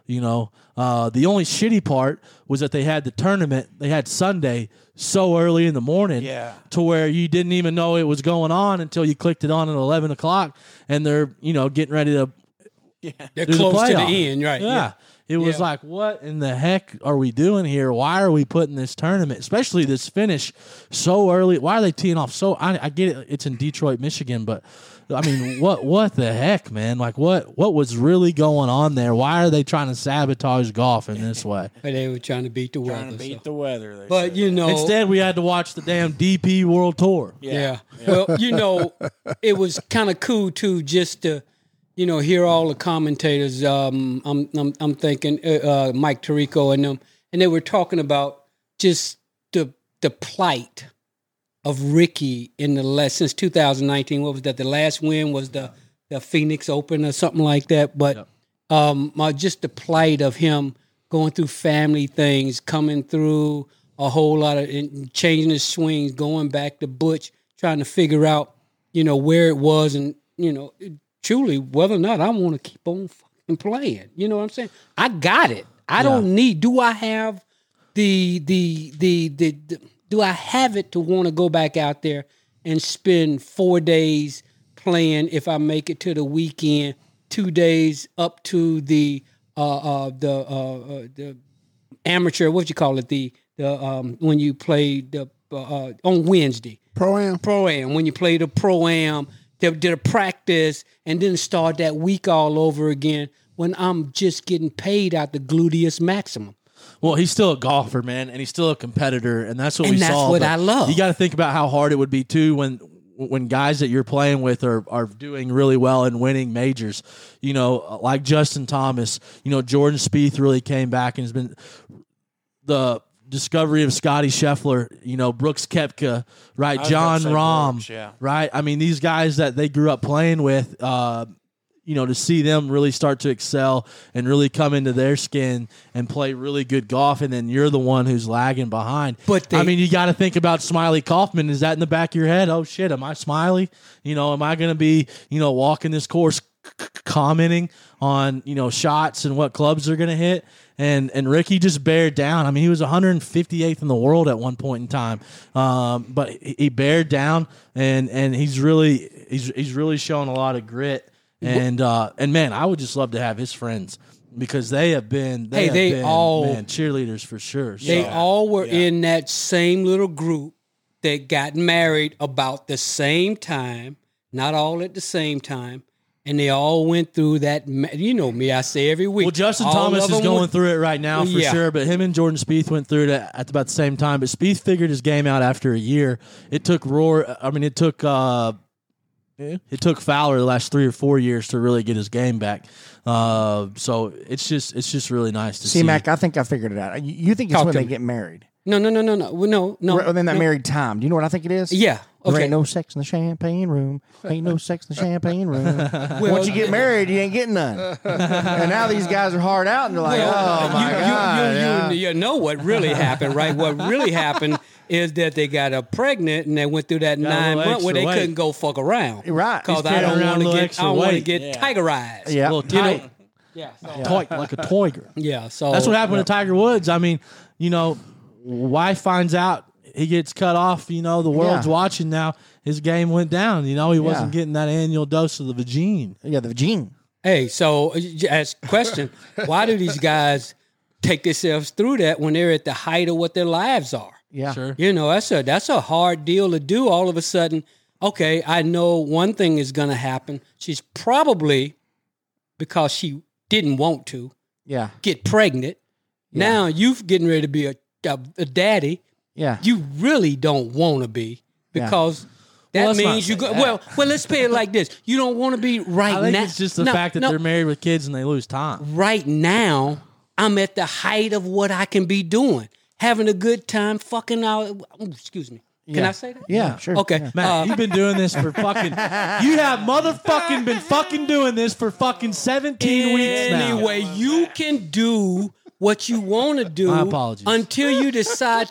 Speaker 1: You know, uh, the only shitty part was that they had the tournament. They had Sunday so early in the morning,
Speaker 2: Yeah.
Speaker 1: to where you didn't even know it was going on until you clicked it on at eleven o'clock, and they're you know getting ready to
Speaker 4: They're
Speaker 1: do
Speaker 4: close to the
Speaker 1: playoff.
Speaker 4: end, right?
Speaker 1: Yeah. It was
Speaker 4: Yeah.
Speaker 1: like, what in the heck are we doing here? Why are we putting this tournament, especially this finish, so early? Why are they teeing off so? I, I get it. It's in Detroit, Michigan, but I mean, what what the heck, man? Like, what what was really going on there? Why are they trying to sabotage golf in this way?
Speaker 4: But they were trying to beat the
Speaker 2: Trying
Speaker 4: weather.
Speaker 2: to
Speaker 4: so.
Speaker 2: beat the weather. They
Speaker 4: But
Speaker 2: said.
Speaker 4: you know,
Speaker 1: Instead, we had to watch the damn DP World Tour.
Speaker 4: yeah. Well, you know, it was kind of cool too, just to, you know, hear all the commentators. Um, I'm, I'm, I'm thinking uh, uh, Mike Tirico and them, and they were talking about just the the plight of Ricky in the last since 2019. What was that? The last win was the the Phoenix Open or something like that. But um, uh, just the plight of him going through family things, coming through a whole lot of and changing his swings, going back to Butch, trying to figure out you know where it was and you know truly whether or not I want to keep on fucking playing. You know what I'm saying? I got it. I don't need. Do I have the the the the, the do I have it to want to go back out there and spend four days playing if I make it to the weekend, two days up to the uh, uh, the uh, uh, the amateur what you call it the the um, when you play the uh, uh, on Wednesday
Speaker 3: Pro am.
Speaker 4: pro am when you play the pro am did a practice and then start that week all over again when I'm just getting paid out the gluteus maximum.
Speaker 1: Well, he's still a golfer, man, and he's still a competitor, and that's what
Speaker 4: And
Speaker 1: we
Speaker 4: that's
Speaker 1: saw.
Speaker 4: what
Speaker 1: but
Speaker 4: I love.
Speaker 1: You got to think about how hard it would be too when when guys that you're playing with are are doing really well and winning majors. You know, like Justin Thomas. You know, Jordan Spieth really came back and has been the discovery of Scotty Scheffler, you know, Brooks Kepka, right? John
Speaker 2: about to say
Speaker 1: Rahm,
Speaker 2: Brooks, yeah.
Speaker 1: right? I mean, these guys that they grew up playing with, uh, you know, to see them really start to excel and really come into their skin and play really good golf, and then you're the one who's lagging behind.
Speaker 4: But they-
Speaker 1: I mean, you got to think about Smiley Kaufman. Is that in the back of your head? Oh shit, am I Smiley? You know, am I going to be you know walking this course c- c- commenting on you know shots and what clubs they're going to hit? And and Ricky just bared down. I mean, he was 158th in the world at one point in time, um, but he, he bared down and and he's really he's he's really showing a lot of grit. And uh, and man, I would just love to have his friends because they have been they
Speaker 4: Hey,
Speaker 1: have
Speaker 4: they
Speaker 1: been,
Speaker 4: all-
Speaker 1: man, cheerleaders for sure. So-
Speaker 4: They all were in that same little group that got married about the same time, not all at the same time, and they all went through that. ma- You know me, I say every week.
Speaker 1: Well, Justin
Speaker 4: all
Speaker 1: Thomas
Speaker 4: of
Speaker 1: is
Speaker 4: them
Speaker 1: going
Speaker 4: went-
Speaker 1: through it right now for
Speaker 4: Yeah.
Speaker 1: sure, but him and Jordan Spieth went through it at at about the same time. But Spieth figured his game out after a year. It took Roar. I mean, it took uh, it took Fowler the last three or four years to really get his game back. Uh, so it's just it's just really nice to
Speaker 5: See,
Speaker 1: see.
Speaker 5: Mac, I think I figured it out. You, you think it's
Speaker 4: Talk
Speaker 5: when
Speaker 4: to
Speaker 5: they
Speaker 4: me.
Speaker 5: get married?
Speaker 4: No, no, no, no, no, Well, no, no.
Speaker 5: Right within that
Speaker 4: no.
Speaker 5: married time. Do you know what I think it is?
Speaker 4: Yeah.
Speaker 5: There
Speaker 4: Okay.
Speaker 5: ain't no sex in the champagne room. Ain't no sex in the champagne room. Once you get married, you ain't getting none. and now these guys are hard out, and they're like,
Speaker 4: Well,
Speaker 5: "Oh my
Speaker 4: you,
Speaker 5: god!"
Speaker 4: you, you,
Speaker 5: yeah."
Speaker 4: you, you know what really happened, right? What really happened is that they got her pregnant and they went through that
Speaker 1: a
Speaker 4: nine
Speaker 1: little
Speaker 4: month
Speaker 1: extra
Speaker 4: where they
Speaker 1: weight.
Speaker 4: couldn't go fuck around.
Speaker 5: Right.
Speaker 4: Because
Speaker 1: He's
Speaker 4: I
Speaker 1: carrying
Speaker 4: don't
Speaker 1: around
Speaker 4: want
Speaker 1: a
Speaker 4: to
Speaker 1: little
Speaker 4: get
Speaker 1: extra
Speaker 4: I don't want to
Speaker 1: weight.
Speaker 4: get tigerized.
Speaker 1: a
Speaker 5: Yeah.
Speaker 1: little tight,
Speaker 4: Yeah. So,
Speaker 1: tight like a tiger.
Speaker 4: Oh, yeah. So
Speaker 1: That's what happened to Tiger Woods. I mean, you know, wife finds out he gets cut off. You know, the world's
Speaker 5: Yeah.
Speaker 1: watching now. His game went down. You know, he wasn't
Speaker 5: Yeah.
Speaker 1: getting that annual dose of the vagine.
Speaker 5: yeah, the gene.
Speaker 4: Hey, so uh, j- ask question: Why do these guys take themselves through that when they're at the height of what their lives are?
Speaker 5: Yeah.
Speaker 1: Sure.
Speaker 4: You know, that's a that's a hard deal to do. All of a sudden, okay, I know one thing is going to happen. She's probably because she didn't want to
Speaker 5: Yeah.
Speaker 4: get pregnant. Now you've getting ready to be a, a, a daddy.
Speaker 5: Yeah.
Speaker 4: You really don't want to be because. That
Speaker 1: Well, let's not
Speaker 4: means you
Speaker 1: say
Speaker 4: go
Speaker 1: that.
Speaker 4: well. Well, let's pay it like this: you don't want to be right
Speaker 1: I think
Speaker 4: now.
Speaker 1: it's just the
Speaker 4: No,
Speaker 1: fact that
Speaker 4: no, Uh,
Speaker 1: they're married with kids and they lose time.
Speaker 4: right now I'm at the height of what I can be doing, having a good time, fucking out. oh, Excuse me. Can I say that?
Speaker 5: Yeah, sure.
Speaker 4: Okay.
Speaker 1: Matt,
Speaker 4: Uh,
Speaker 1: you've been doing this for fucking. You have motherfucking been fucking doing this for fucking seventeen weeks now.
Speaker 4: anyway, you can do what you want to do
Speaker 1: My apologies.
Speaker 4: until you decide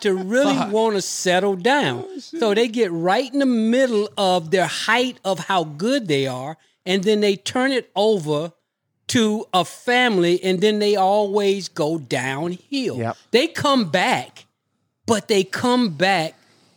Speaker 4: to really want to settle down.
Speaker 5: Oh,
Speaker 4: so they get right in the middle of their height of how good they are, and then they turn it over to a family, and then they always go downhill.
Speaker 5: Yep.
Speaker 4: They come back, but they come back.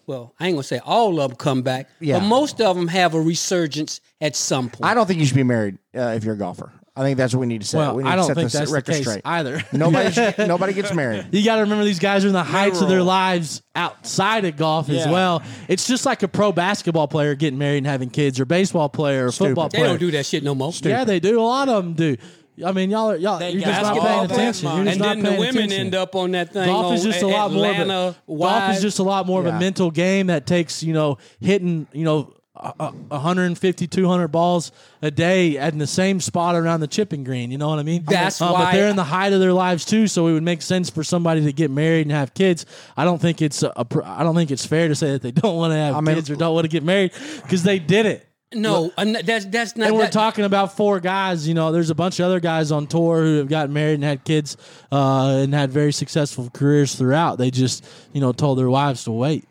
Speaker 4: Well, I ain't gonna say all of them come back,
Speaker 5: Yeah.
Speaker 4: but most of them have a resurgence at some point.
Speaker 5: I don't think you should be married uh, if you're a golfer. I think that's what we need to set.
Speaker 1: Well,
Speaker 5: we need
Speaker 1: I
Speaker 5: to
Speaker 1: don't
Speaker 5: set
Speaker 1: think
Speaker 5: the
Speaker 1: that's the
Speaker 5: record
Speaker 1: case
Speaker 5: straight.
Speaker 1: either.
Speaker 5: Nobody, sh- nobody gets married.
Speaker 1: You got to remember these guys are in the heights of their lives outside of golf as
Speaker 2: Yeah.
Speaker 1: well. It's just like a pro basketball player getting married and having kids, or baseball player, or football
Speaker 4: they
Speaker 1: player.
Speaker 4: don't do that shit no more.
Speaker 1: Yeah, they do. A lot of them do. I mean, y'all are y'all. you're just not
Speaker 2: basketball
Speaker 1: paying
Speaker 2: players,
Speaker 1: attention.
Speaker 2: Mom.
Speaker 1: You're just
Speaker 4: and
Speaker 1: not
Speaker 4: then the
Speaker 1: paying
Speaker 4: women
Speaker 1: attention.
Speaker 4: end up on that thing.
Speaker 1: Golf
Speaker 4: on
Speaker 1: is just a lot
Speaker 4: Atlanta
Speaker 1: more of a golf
Speaker 4: wide.
Speaker 1: is just a lot more of a
Speaker 5: Yeah.
Speaker 1: mental game that takes you know hitting you know a- a- 150 200 balls a day at in the same spot around the chipping green you know what i mean Uh,
Speaker 4: That's
Speaker 1: but
Speaker 4: why-
Speaker 1: they're in the height of their lives too so it would make sense for somebody to get married and have kids i don't think it's a, a pr- i don't think it's fair to say that they don't want to have
Speaker 5: mean-
Speaker 1: kids or don't want to get married because they did it
Speaker 4: no, and that's that's not.
Speaker 1: and we're
Speaker 4: that-
Speaker 1: talking about four guys. You know, there's a bunch of other guys on tour who have gotten married and had kids uh, and had very successful careers throughout. They just, you know, told their wives to wait.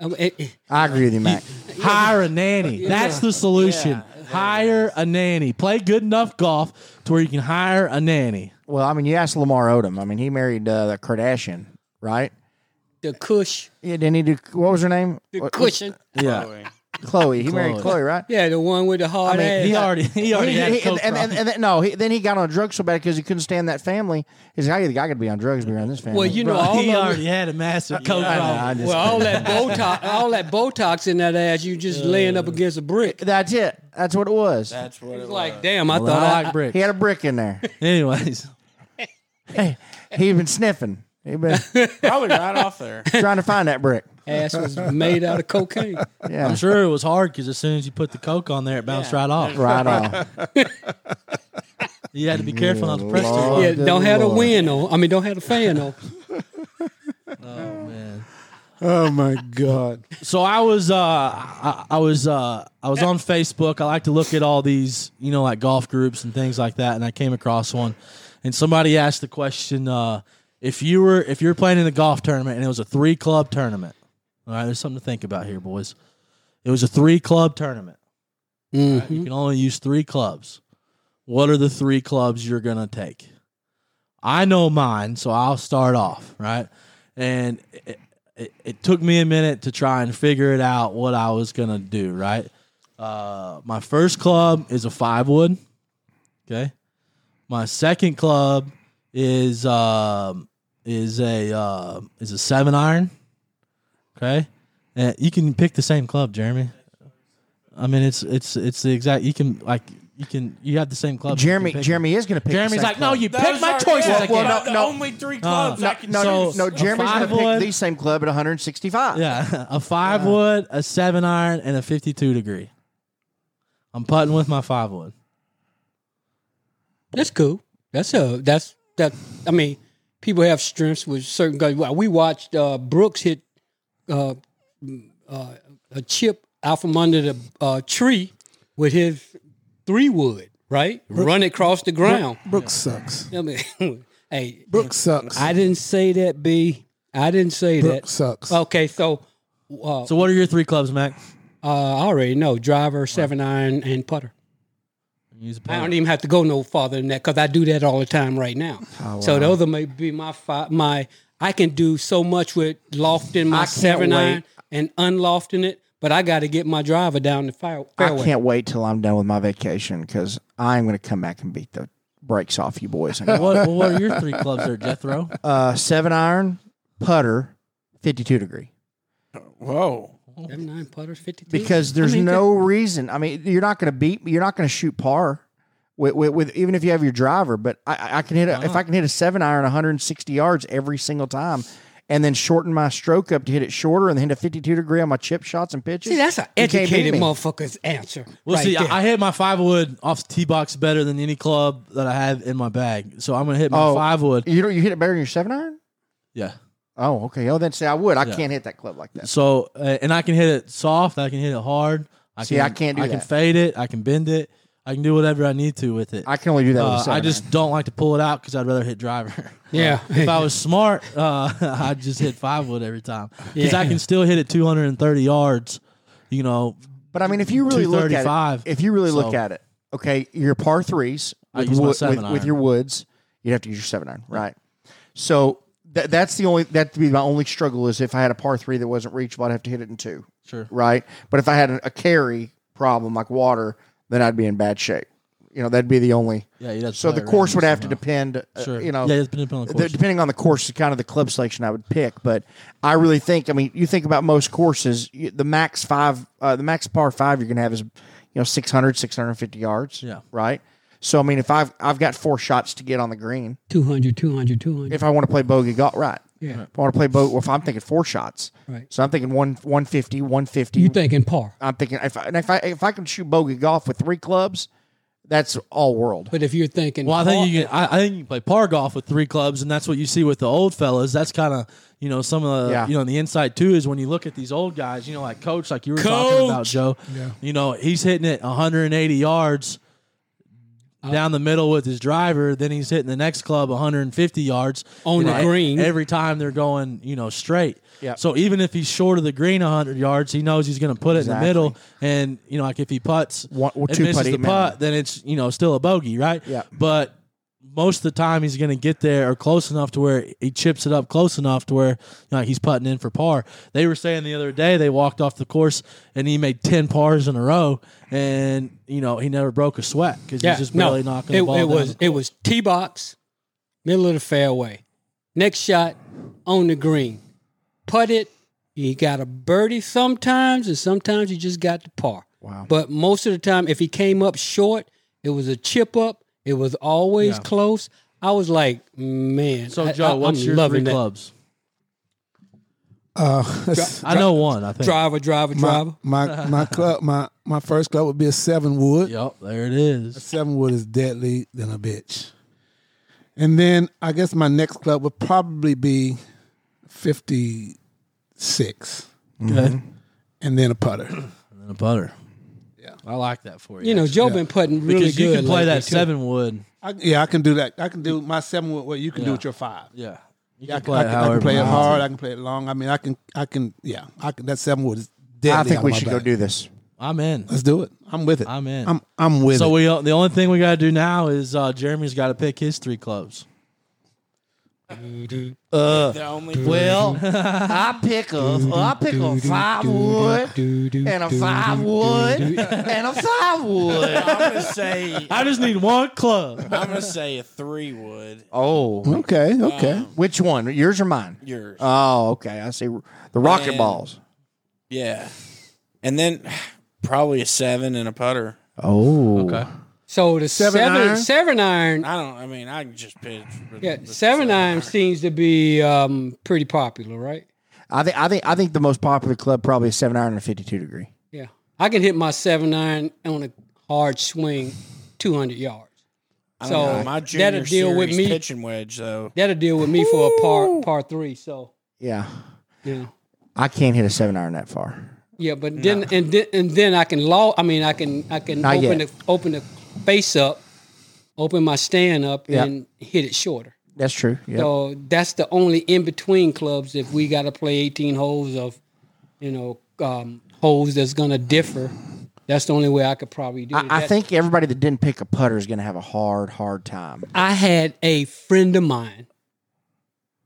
Speaker 4: um, it- it-
Speaker 5: I agree with you, Mac.
Speaker 1: Hire a nanny. That's the solution. Hire a nanny. Play good enough golf to where you can hire a nanny.
Speaker 5: Well, I mean, you asked Lamar Odom. I mean, he married uh, the Kardashian, right?
Speaker 4: the Kush,
Speaker 5: Yeah, didn't he do? What was her name?
Speaker 4: the
Speaker 5: What-
Speaker 4: cushion.
Speaker 1: Yeah,
Speaker 5: Chloe. He married Chloe, right?
Speaker 4: Yeah, the one with the
Speaker 5: I
Speaker 4: hard
Speaker 5: mean,
Speaker 1: he
Speaker 4: ass.
Speaker 1: already he already
Speaker 5: He-
Speaker 1: had
Speaker 5: he- and,
Speaker 1: coke
Speaker 5: and, and,
Speaker 1: problems.
Speaker 5: and then, no, he, then he got on drugs so bad because he couldn't stand that family. He's like, "Oh, I, I got to be on drugs to be around this family.
Speaker 4: well, you know
Speaker 1: Bro,
Speaker 4: all
Speaker 1: he
Speaker 4: of,
Speaker 1: already had a massive coke
Speaker 5: I know,
Speaker 1: problem.
Speaker 5: I just-
Speaker 4: well, all that Botox, all that Botox in that ass, you just laying up against a brick.
Speaker 5: that's it. That's what it was.
Speaker 2: That's what it
Speaker 4: It's
Speaker 2: was.
Speaker 4: like, damn, I
Speaker 1: Well,
Speaker 4: thought
Speaker 1: I
Speaker 4: I,
Speaker 1: like bricks.
Speaker 5: he had a brick in there.
Speaker 1: Anyways,
Speaker 5: He's been sniffing. He's been
Speaker 2: Probably right off there.
Speaker 5: trying to find that brick.
Speaker 4: Ass was made out of cocaine.
Speaker 5: Yeah,
Speaker 1: I'm sure it was hard because as soon as you put the coke on there, it bounced right off.
Speaker 5: right off.
Speaker 1: You had to be careful not to press too
Speaker 5: Lord.
Speaker 1: hard.
Speaker 4: Yeah,
Speaker 5: Good
Speaker 4: don't have a
Speaker 5: Lord.
Speaker 4: win on. I mean, don't have a fan on.
Speaker 1: Oh man.
Speaker 3: Oh my god.
Speaker 1: So I was, uh, I, I was, uh, I was on Facebook. I like to look at all these, you know, like golf groups and things like that. And I came across one, and somebody asked the question: uh, if you were, if you're playing in a golf tournament and it was a three club tournament, all right, there's something to think about here, boys. It was a three club tournament. You can only use three clubs. What are the three clubs you're gonna take? I know mine, so I'll start off right. And it, it, it took me a minute to try and figure it out what I was gonna do. Right. Uh, my first club is a five wood. Okay. My second club is um, is a uh, is a seven iron. Okay. And you can pick the same club, Jeremy. I mean, it's it's it's the exact. You can like you can you have the same club. You
Speaker 5: Jeremy,
Speaker 1: can pick
Speaker 5: Jeremy is going to pick. the
Speaker 1: Jeremy's
Speaker 5: same
Speaker 1: like, no,
Speaker 5: club.
Speaker 1: you picked my choices
Speaker 2: yeah,
Speaker 1: again. Uh,
Speaker 2: well,
Speaker 5: no,
Speaker 2: the
Speaker 5: no.
Speaker 2: only three clubs.
Speaker 1: No,
Speaker 2: I can
Speaker 5: No, no,
Speaker 1: So-
Speaker 5: no, Jeremy's going
Speaker 1: five
Speaker 5: to pick
Speaker 1: wood.
Speaker 5: the same club at 165.
Speaker 1: yeah, a five wood, a seven iron, and a fifty-two degree. I'm putting with my five wood.
Speaker 4: That's cool. That's a that's that. I mean, people have strengths with certain guys. Well, We watched uh, Brooks hit uh, uh, a chip out from under the uh, tree with his three wood, right? Run it across the ground.
Speaker 3: Brooks sucks.
Speaker 4: I mean, hey,
Speaker 3: Brooks sucks.
Speaker 4: I didn't say that, B. I didn't say
Speaker 3: Brooks
Speaker 4: that.
Speaker 3: sucks.
Speaker 4: Okay, so uh,
Speaker 1: So what are your three clubs, Mac?
Speaker 4: uh, I already know driver, seven iron, and putter.
Speaker 1: Use a
Speaker 4: I
Speaker 1: putter.
Speaker 4: don't even have to go no farther than that because I do that all the time right now.
Speaker 5: Oh,
Speaker 4: So those are may be my fi- my. I can do so much with lofting my
Speaker 5: can't
Speaker 4: seven
Speaker 5: wait.
Speaker 4: iron and unlofting it, but I got to get my driver down the fire,
Speaker 5: I
Speaker 4: fairway.
Speaker 5: can't wait till I'm done with my vacation because I'm going to come back and beat the brakes off you boys. I'm gonna-
Speaker 1: What, what are your three clubs there, Jethro?
Speaker 5: uh, seven iron, putter, 52 degree.
Speaker 2: Whoa.
Speaker 4: Seven iron putters, fifty.
Speaker 5: Because there's
Speaker 4: mean,
Speaker 5: no reason. I mean, you're not going to beat. You're not going to shoot par. With, with, with even if you have your driver, but I- I, I can hit a,
Speaker 4: Uh-huh.
Speaker 5: if I can hit a seven iron 160 yards every single time, and then shorten my stroke up to hit it shorter, and then hit a 52 degree on my chip shots and pitches.
Speaker 4: See, that's an
Speaker 5: you can't beat
Speaker 4: educated
Speaker 5: me.
Speaker 4: motherfucker's answer.
Speaker 1: Well,
Speaker 4: right
Speaker 1: see,
Speaker 4: there.
Speaker 1: I, I hit my five wood off the tee box better than any club that I have in my bag. So I'm gonna hit my
Speaker 5: Oh.
Speaker 1: five wood.
Speaker 5: You know, you hit it better than your seven iron.
Speaker 1: Yeah.
Speaker 5: Oh, okay. Oh, then say I would. I can't hit that club like that.
Speaker 1: So uh, and I can hit it soft. I can hit it hard. I
Speaker 5: See,
Speaker 1: can,
Speaker 5: I can't do
Speaker 1: I can
Speaker 5: that.
Speaker 1: fade it. I can bend it. I can do whatever I need to with it.
Speaker 5: I can only do that. with
Speaker 1: Uh,
Speaker 5: a seven
Speaker 1: I just
Speaker 5: iron.
Speaker 1: don't like to pull it out because I'd rather hit driver.
Speaker 4: yeah.
Speaker 1: if I was smart, uh, I'd just hit five wood every time because I can still hit it 230 yards. You know,
Speaker 5: But I mean, if you really look at
Speaker 1: 235,
Speaker 5: it, if you really look
Speaker 1: so-
Speaker 5: at it, okay, your par threes
Speaker 1: I
Speaker 5: with,
Speaker 1: use my
Speaker 5: wood-
Speaker 1: seven
Speaker 5: with,
Speaker 1: iron.
Speaker 5: with your woods, you'd have to use your seven iron, right? So tha- that's the only that would be my only struggle is if I had a par three that wasn't reachable, I'd have to hit it in two,
Speaker 1: sure.
Speaker 5: right? But if I had a, a carry problem like water, then I'd be in bad shape. You know, that'd be the only.
Speaker 1: Yeah, you'd have to
Speaker 5: So
Speaker 1: play
Speaker 5: the
Speaker 1: around
Speaker 5: course would have to
Speaker 1: somehow.
Speaker 5: depend. uh,
Speaker 1: Sure.
Speaker 5: You know,
Speaker 1: yeah, it's been depending on the
Speaker 5: the-
Speaker 1: course.
Speaker 5: depending on the course, kind of the club selection I would pick. But I really think, I mean, you think about most courses, you, the max five, uh, the max par five you're going to have is, you know, 600, 650 yards.
Speaker 1: Yeah.
Speaker 5: Right. So, I mean, if I've, I've got four shots to get on the green,
Speaker 4: 200, 200, 200.
Speaker 5: if I want to play bogey golf, right.
Speaker 4: Yeah.
Speaker 5: If I want to play bogey, well, if I'm thinking four shots.
Speaker 4: Right.
Speaker 5: So I'm thinking one, 150, 150.
Speaker 4: you thinking par.
Speaker 5: I'm thinking if I, and if I, if I can shoot bogey golf with three clubs, that's all world.
Speaker 4: But if you're thinking,
Speaker 1: well, I
Speaker 4: par-
Speaker 1: think you can. I, I think you can play par golf with three clubs, and that's what you see with the old fellas. That's kind of you know some of the
Speaker 5: Yeah.
Speaker 1: you know the insight too is when you look at these old guys. You know, like coach, like you were talking about,
Speaker 2: Coach!
Speaker 1: Joe. You know, he's hitting it 180 yards
Speaker 4: Uh,
Speaker 1: down the middle with his driver. Then he's hitting the next club 150 yards
Speaker 4: On
Speaker 1: you
Speaker 4: the
Speaker 1: know, e-
Speaker 4: green.
Speaker 1: every time they're going. You know, straight.
Speaker 5: Yeah.
Speaker 1: So even if he's short of the green 100 yards, he knows he's going to put it
Speaker 5: Exactly.
Speaker 1: in the middle. And you know, like if he puts
Speaker 5: One- well,
Speaker 1: and
Speaker 5: two
Speaker 1: misses
Speaker 5: putt,
Speaker 1: the
Speaker 5: eight minimum.
Speaker 1: putt, then it's you know still a bogey, right?
Speaker 5: Yeah.
Speaker 1: But most of the time he's going to get there or close enough to where he chips it up close enough to where you know, he's putting in for par. They were saying the other day they walked off the course and he made ten pars in a row, and you know he never broke a sweat because he's just barely knocking
Speaker 4: it,
Speaker 1: the ball.
Speaker 4: it
Speaker 1: down
Speaker 4: was
Speaker 1: the
Speaker 4: it was tee box, middle of the fairway, next shot on the green, put it. You got a birdie sometimes, and sometimes you just got the par. Wow! But most of the time, if he came up short, it was a chip up. It was always close. I was like, man.
Speaker 1: So
Speaker 4: I-
Speaker 1: Joe,
Speaker 4: I-
Speaker 1: what's
Speaker 4: I'm
Speaker 1: your
Speaker 4: loving
Speaker 1: three
Speaker 4: that.
Speaker 1: clubs?
Speaker 3: Uh,
Speaker 1: I know one. I think.
Speaker 4: Driver, driver,
Speaker 3: my,
Speaker 4: driver.
Speaker 3: my my club my my first club would be a seven wood.
Speaker 1: Yep, there it is.
Speaker 3: Seven wood is deadly than a bitch. And then I guess my next club would probably be fifty six,
Speaker 1: Okay.
Speaker 3: and then a putter.
Speaker 1: And a putter. Yeah, I like that for you.
Speaker 4: You know, Joe been putting really
Speaker 1: because you
Speaker 4: good
Speaker 1: can play
Speaker 4: lately,
Speaker 1: that
Speaker 4: too.
Speaker 1: seven wood.
Speaker 3: I, yeah, I can do that. I can do my seven wood. What you can do
Speaker 1: Yeah.
Speaker 3: with your five.
Speaker 1: Yeah, you
Speaker 3: Yeah, I
Speaker 1: can
Speaker 3: can,
Speaker 1: play
Speaker 3: I
Speaker 1: it
Speaker 3: can, I
Speaker 1: however
Speaker 3: can play
Speaker 1: you
Speaker 3: it
Speaker 1: want.
Speaker 3: hard. I can play it long. I mean, I can, I can, yeah. I can. That seven wood is deadly.
Speaker 5: I think
Speaker 3: on
Speaker 5: we
Speaker 3: my
Speaker 5: should
Speaker 3: back.
Speaker 5: go do this.
Speaker 1: I'm in.
Speaker 3: Let's do it. I'm with it.
Speaker 1: I'm in.
Speaker 3: I'm, I'm with
Speaker 1: So
Speaker 3: it.
Speaker 1: we uh, the only thing we got to do now is uh, Jeremy's got to pick his three clubs.
Speaker 2: The only
Speaker 5: Well, I pick a, I pick a five wood and a five wood and a five wood.
Speaker 2: I'm gonna say
Speaker 1: I just need one club.
Speaker 2: I'm gonna say a three would
Speaker 4: Uh.
Speaker 5: Oh,
Speaker 3: Okay. Okay.
Speaker 1: Um,
Speaker 5: which one? Yours or mine?
Speaker 2: yours.
Speaker 5: Oh, okay. I see. The rocket
Speaker 2: Man.
Speaker 5: balls.
Speaker 2: yeah. And then probably a seven and a putter.
Speaker 5: Oh,
Speaker 1: Okay.
Speaker 4: So the seven
Speaker 3: iron?
Speaker 4: seven iron,
Speaker 2: I don't I mean I can just pitch. but-
Speaker 4: yeah,
Speaker 2: but
Speaker 4: seven iron seems to be um, pretty popular, right?
Speaker 5: I think I think I think the most popular club probably is seven iron and a fifty-two degree.
Speaker 4: Yeah, I can hit my seven iron on a hard swing, two hundred yards.
Speaker 2: I
Speaker 4: So
Speaker 2: don't know. my junior
Speaker 4: that'll deal with
Speaker 2: series
Speaker 4: me.
Speaker 2: pitching wedge though.
Speaker 4: That'll deal with me for a par par three. So
Speaker 5: Yeah,
Speaker 4: yeah,
Speaker 5: I can't hit a seven iron that far.
Speaker 4: yeah, but then and then and then I can law. I mean, I can I can
Speaker 5: Not
Speaker 4: open
Speaker 5: yet.
Speaker 4: the open the face up, open my stand up,
Speaker 5: Yeah.
Speaker 4: and hit it shorter.
Speaker 5: That's true. Yeah.
Speaker 4: So that's the only in between clubs. If we got to play 18 holes of, you know, um, holes that's going to differ, that's the only way I could probably do it.
Speaker 5: I, I
Speaker 4: That-
Speaker 5: think everybody that didn't pick a putter is going to have a hard, hard time.
Speaker 4: I had a friend of mine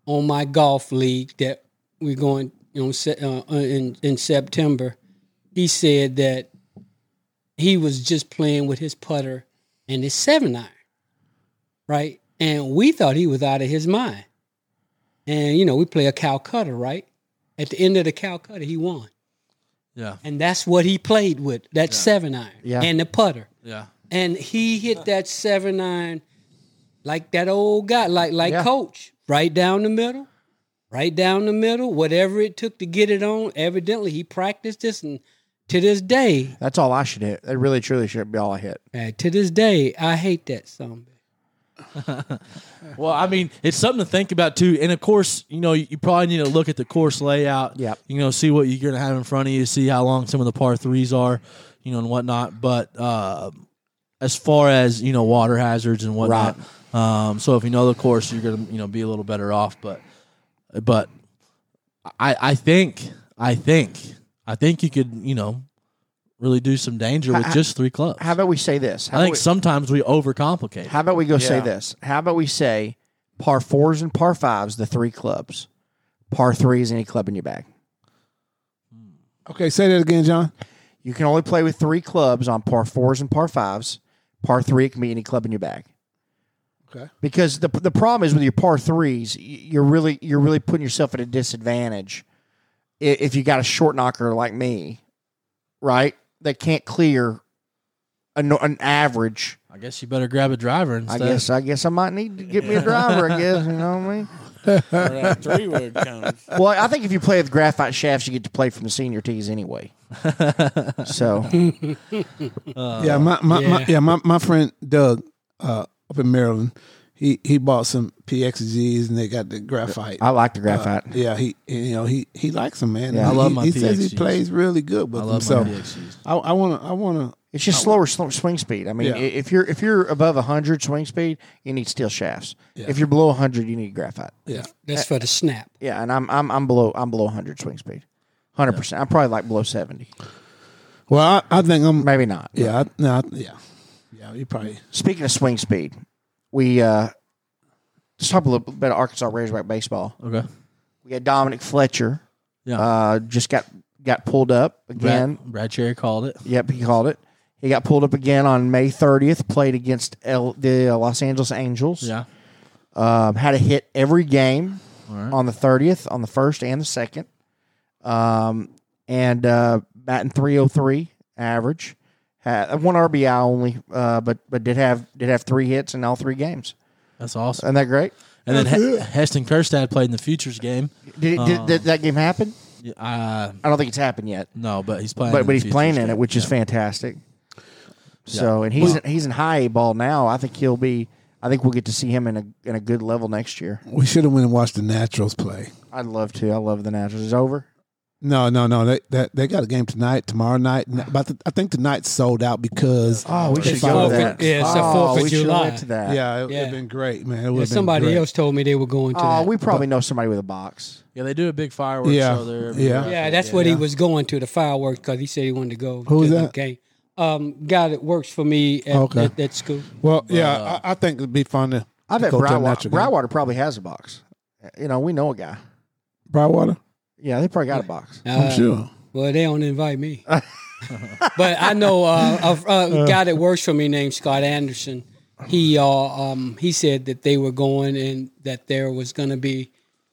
Speaker 4: on my golf league that we're going you know, se- uh, in in September. He said that he was just playing with his putter and his seven iron, right? And we thought he was out of his mind. And you know, we play a Calcutta, right? At the end of the Calcutta, he won,
Speaker 1: Yeah,
Speaker 4: and that's what he played with that seven iron
Speaker 5: Yeah.
Speaker 4: and the putter
Speaker 1: yeah.
Speaker 4: and he hit that seven nine like that old guy, like like
Speaker 5: Yeah.
Speaker 4: coach, right down the middle, right down the middle. Whatever it took to get it on, evidently he practiced this, and to this day,
Speaker 5: That's all I should hit. That really, truly should be all I hit.
Speaker 4: uh, to this day, I hate that song.
Speaker 1: Well, I mean, it's something to think about too. And of course, you know, you, you probably need to look at the course layout.
Speaker 5: Yep.
Speaker 1: You know, see what you're going to have in front of you, see how long some of the par threes are, you know, and whatnot. But uh, as far as you know, water hazards and whatnot. Um, so if you know the course, you're going to you know be a little better off. But but I I think I think I think you could you know really do some danger with just three clubs.
Speaker 5: How about we say this? How
Speaker 1: I
Speaker 5: about
Speaker 1: think
Speaker 5: we,
Speaker 1: sometimes we overcomplicate.
Speaker 5: How about we go say
Speaker 2: Yeah.
Speaker 5: this? How about we say par fours and par fives, the three clubs. Par three is any club in your bag.
Speaker 3: Okay. Say that again, John.
Speaker 5: You can only play with three clubs on par fours and par fives. Par three it can be any club in your bag.
Speaker 3: Okay.
Speaker 5: Because the the problem is with your par threes, y- you're really you're really putting yourself at a disadvantage i- if you got a short knocker like me, right? That can't clear an, an average.
Speaker 1: I guess you better grab a driver
Speaker 5: I
Speaker 1: instead.
Speaker 5: guess I guess I might need to get me a driver. I guess you know what I mean.
Speaker 2: Where that three would comes.
Speaker 5: Well, I think if you play with graphite shafts, you get to play from the senior tees anyway. so
Speaker 1: Uh,
Speaker 3: yeah, my my yeah. my,
Speaker 4: yeah.
Speaker 3: yeah, my, my friend Doug uh, up in Maryland, he he bought some PXGs and they got the graphite.
Speaker 5: I like the graphite.
Speaker 3: yeah, he you know he he likes them, man.
Speaker 5: Yeah.
Speaker 1: I love
Speaker 3: he,
Speaker 1: my
Speaker 3: He says he
Speaker 1: PXGs.
Speaker 3: plays really good with
Speaker 1: I
Speaker 3: them.
Speaker 1: love
Speaker 3: so
Speaker 1: my PXGs.
Speaker 3: I I want to I want to
Speaker 5: It's just slower sl- swing speed. I mean,
Speaker 3: Yeah.
Speaker 5: i- if you're if you're above 100 swing speed, you need steel shafts. If you're below 100, you need graphite.
Speaker 3: yeah.
Speaker 4: That's for the snap.
Speaker 5: Yeah, and I'm I'm I'm below I'm below 100 swing speed. 100%. I'm probably like below 70.
Speaker 3: Well, I, I think I'm
Speaker 5: Maybe not.
Speaker 3: yeah I, no I- yeah yeah you probably
Speaker 5: Speaking of swing speed, we uh let's talk a little bit of Arkansas Razorback baseball.
Speaker 1: Okay.
Speaker 5: We had Dominic Fletcher
Speaker 1: Yeah.
Speaker 5: uh just got got pulled up again.
Speaker 1: Brad, Brad Cherry called it.
Speaker 5: Yep, he called it. He got pulled up again on May 30th, played against L- the uh, Los Angeles Angels.
Speaker 1: Yeah.
Speaker 5: Um, had a hit every game
Speaker 1: right.
Speaker 5: on the 30th, on the 1st, and the 2nd. Um, and uh, batting 303 average. uh, Had one RBI only, uh, but but did have did have three hits in all three games.
Speaker 1: That's awesome.
Speaker 5: Isn't that great?
Speaker 1: And then he- Heston Kerstad played in the futures game.
Speaker 5: Did, it,
Speaker 1: Um,
Speaker 5: did, did that game happen?
Speaker 1: Uh,
Speaker 5: I don't think it's happened yet,
Speaker 1: no, but he's playing.
Speaker 5: but
Speaker 1: in
Speaker 5: but
Speaker 1: the
Speaker 5: he's playing
Speaker 1: Futures
Speaker 5: in it,
Speaker 1: game.
Speaker 5: which is fantastic. So and he's he's in high A ball now. I think he'll be. I think we'll get to see him in a in a good level next year.
Speaker 3: We should have went and watched the Naturals play.
Speaker 5: I'd love to. I love the Nationals. It's over.
Speaker 3: No, no, no. They they, they got a game tonight, tomorrow night. N- But th- I think tonight's sold out because
Speaker 5: Oh, we
Speaker 3: It's
Speaker 5: should go to
Speaker 3: forfeit.
Speaker 5: that.
Speaker 4: Yeah, it's the
Speaker 5: oh,
Speaker 4: forfeit
Speaker 5: we should
Speaker 4: July.
Speaker 5: went to that.
Speaker 3: yeah, it would
Speaker 4: Yeah.
Speaker 3: have been great, man. It would
Speaker 4: Yeah,
Speaker 3: have been
Speaker 4: somebody
Speaker 3: great.
Speaker 4: else told me they were going to.
Speaker 5: Oh,
Speaker 4: that.
Speaker 5: we probably know somebody with a box.
Speaker 1: Yeah, they do a big fireworks
Speaker 3: Yeah.
Speaker 1: show there.
Speaker 3: Yeah.
Speaker 4: yeah, that's what he was going to the fireworks because he said he wanted to go.
Speaker 3: Who
Speaker 4: to
Speaker 3: is
Speaker 4: the
Speaker 3: that?
Speaker 4: game. Um, guy that works for me at,
Speaker 3: Okay.
Speaker 4: at, at school.
Speaker 3: Well, yeah, I, I think it'd be fun to.
Speaker 5: I bet
Speaker 3: go to a
Speaker 5: Brightwater,
Speaker 3: natural game.
Speaker 5: Brightwater probably has a box. You know, we know a guy.
Speaker 3: Brightwater.
Speaker 5: Yeah, they probably got a box.
Speaker 3: I'm sure.
Speaker 4: Uh, Well, they don't invite me. but I know uh, a, a guy that works for me named Scott Anderson. He uh, um, he said that they were going and that there was going to be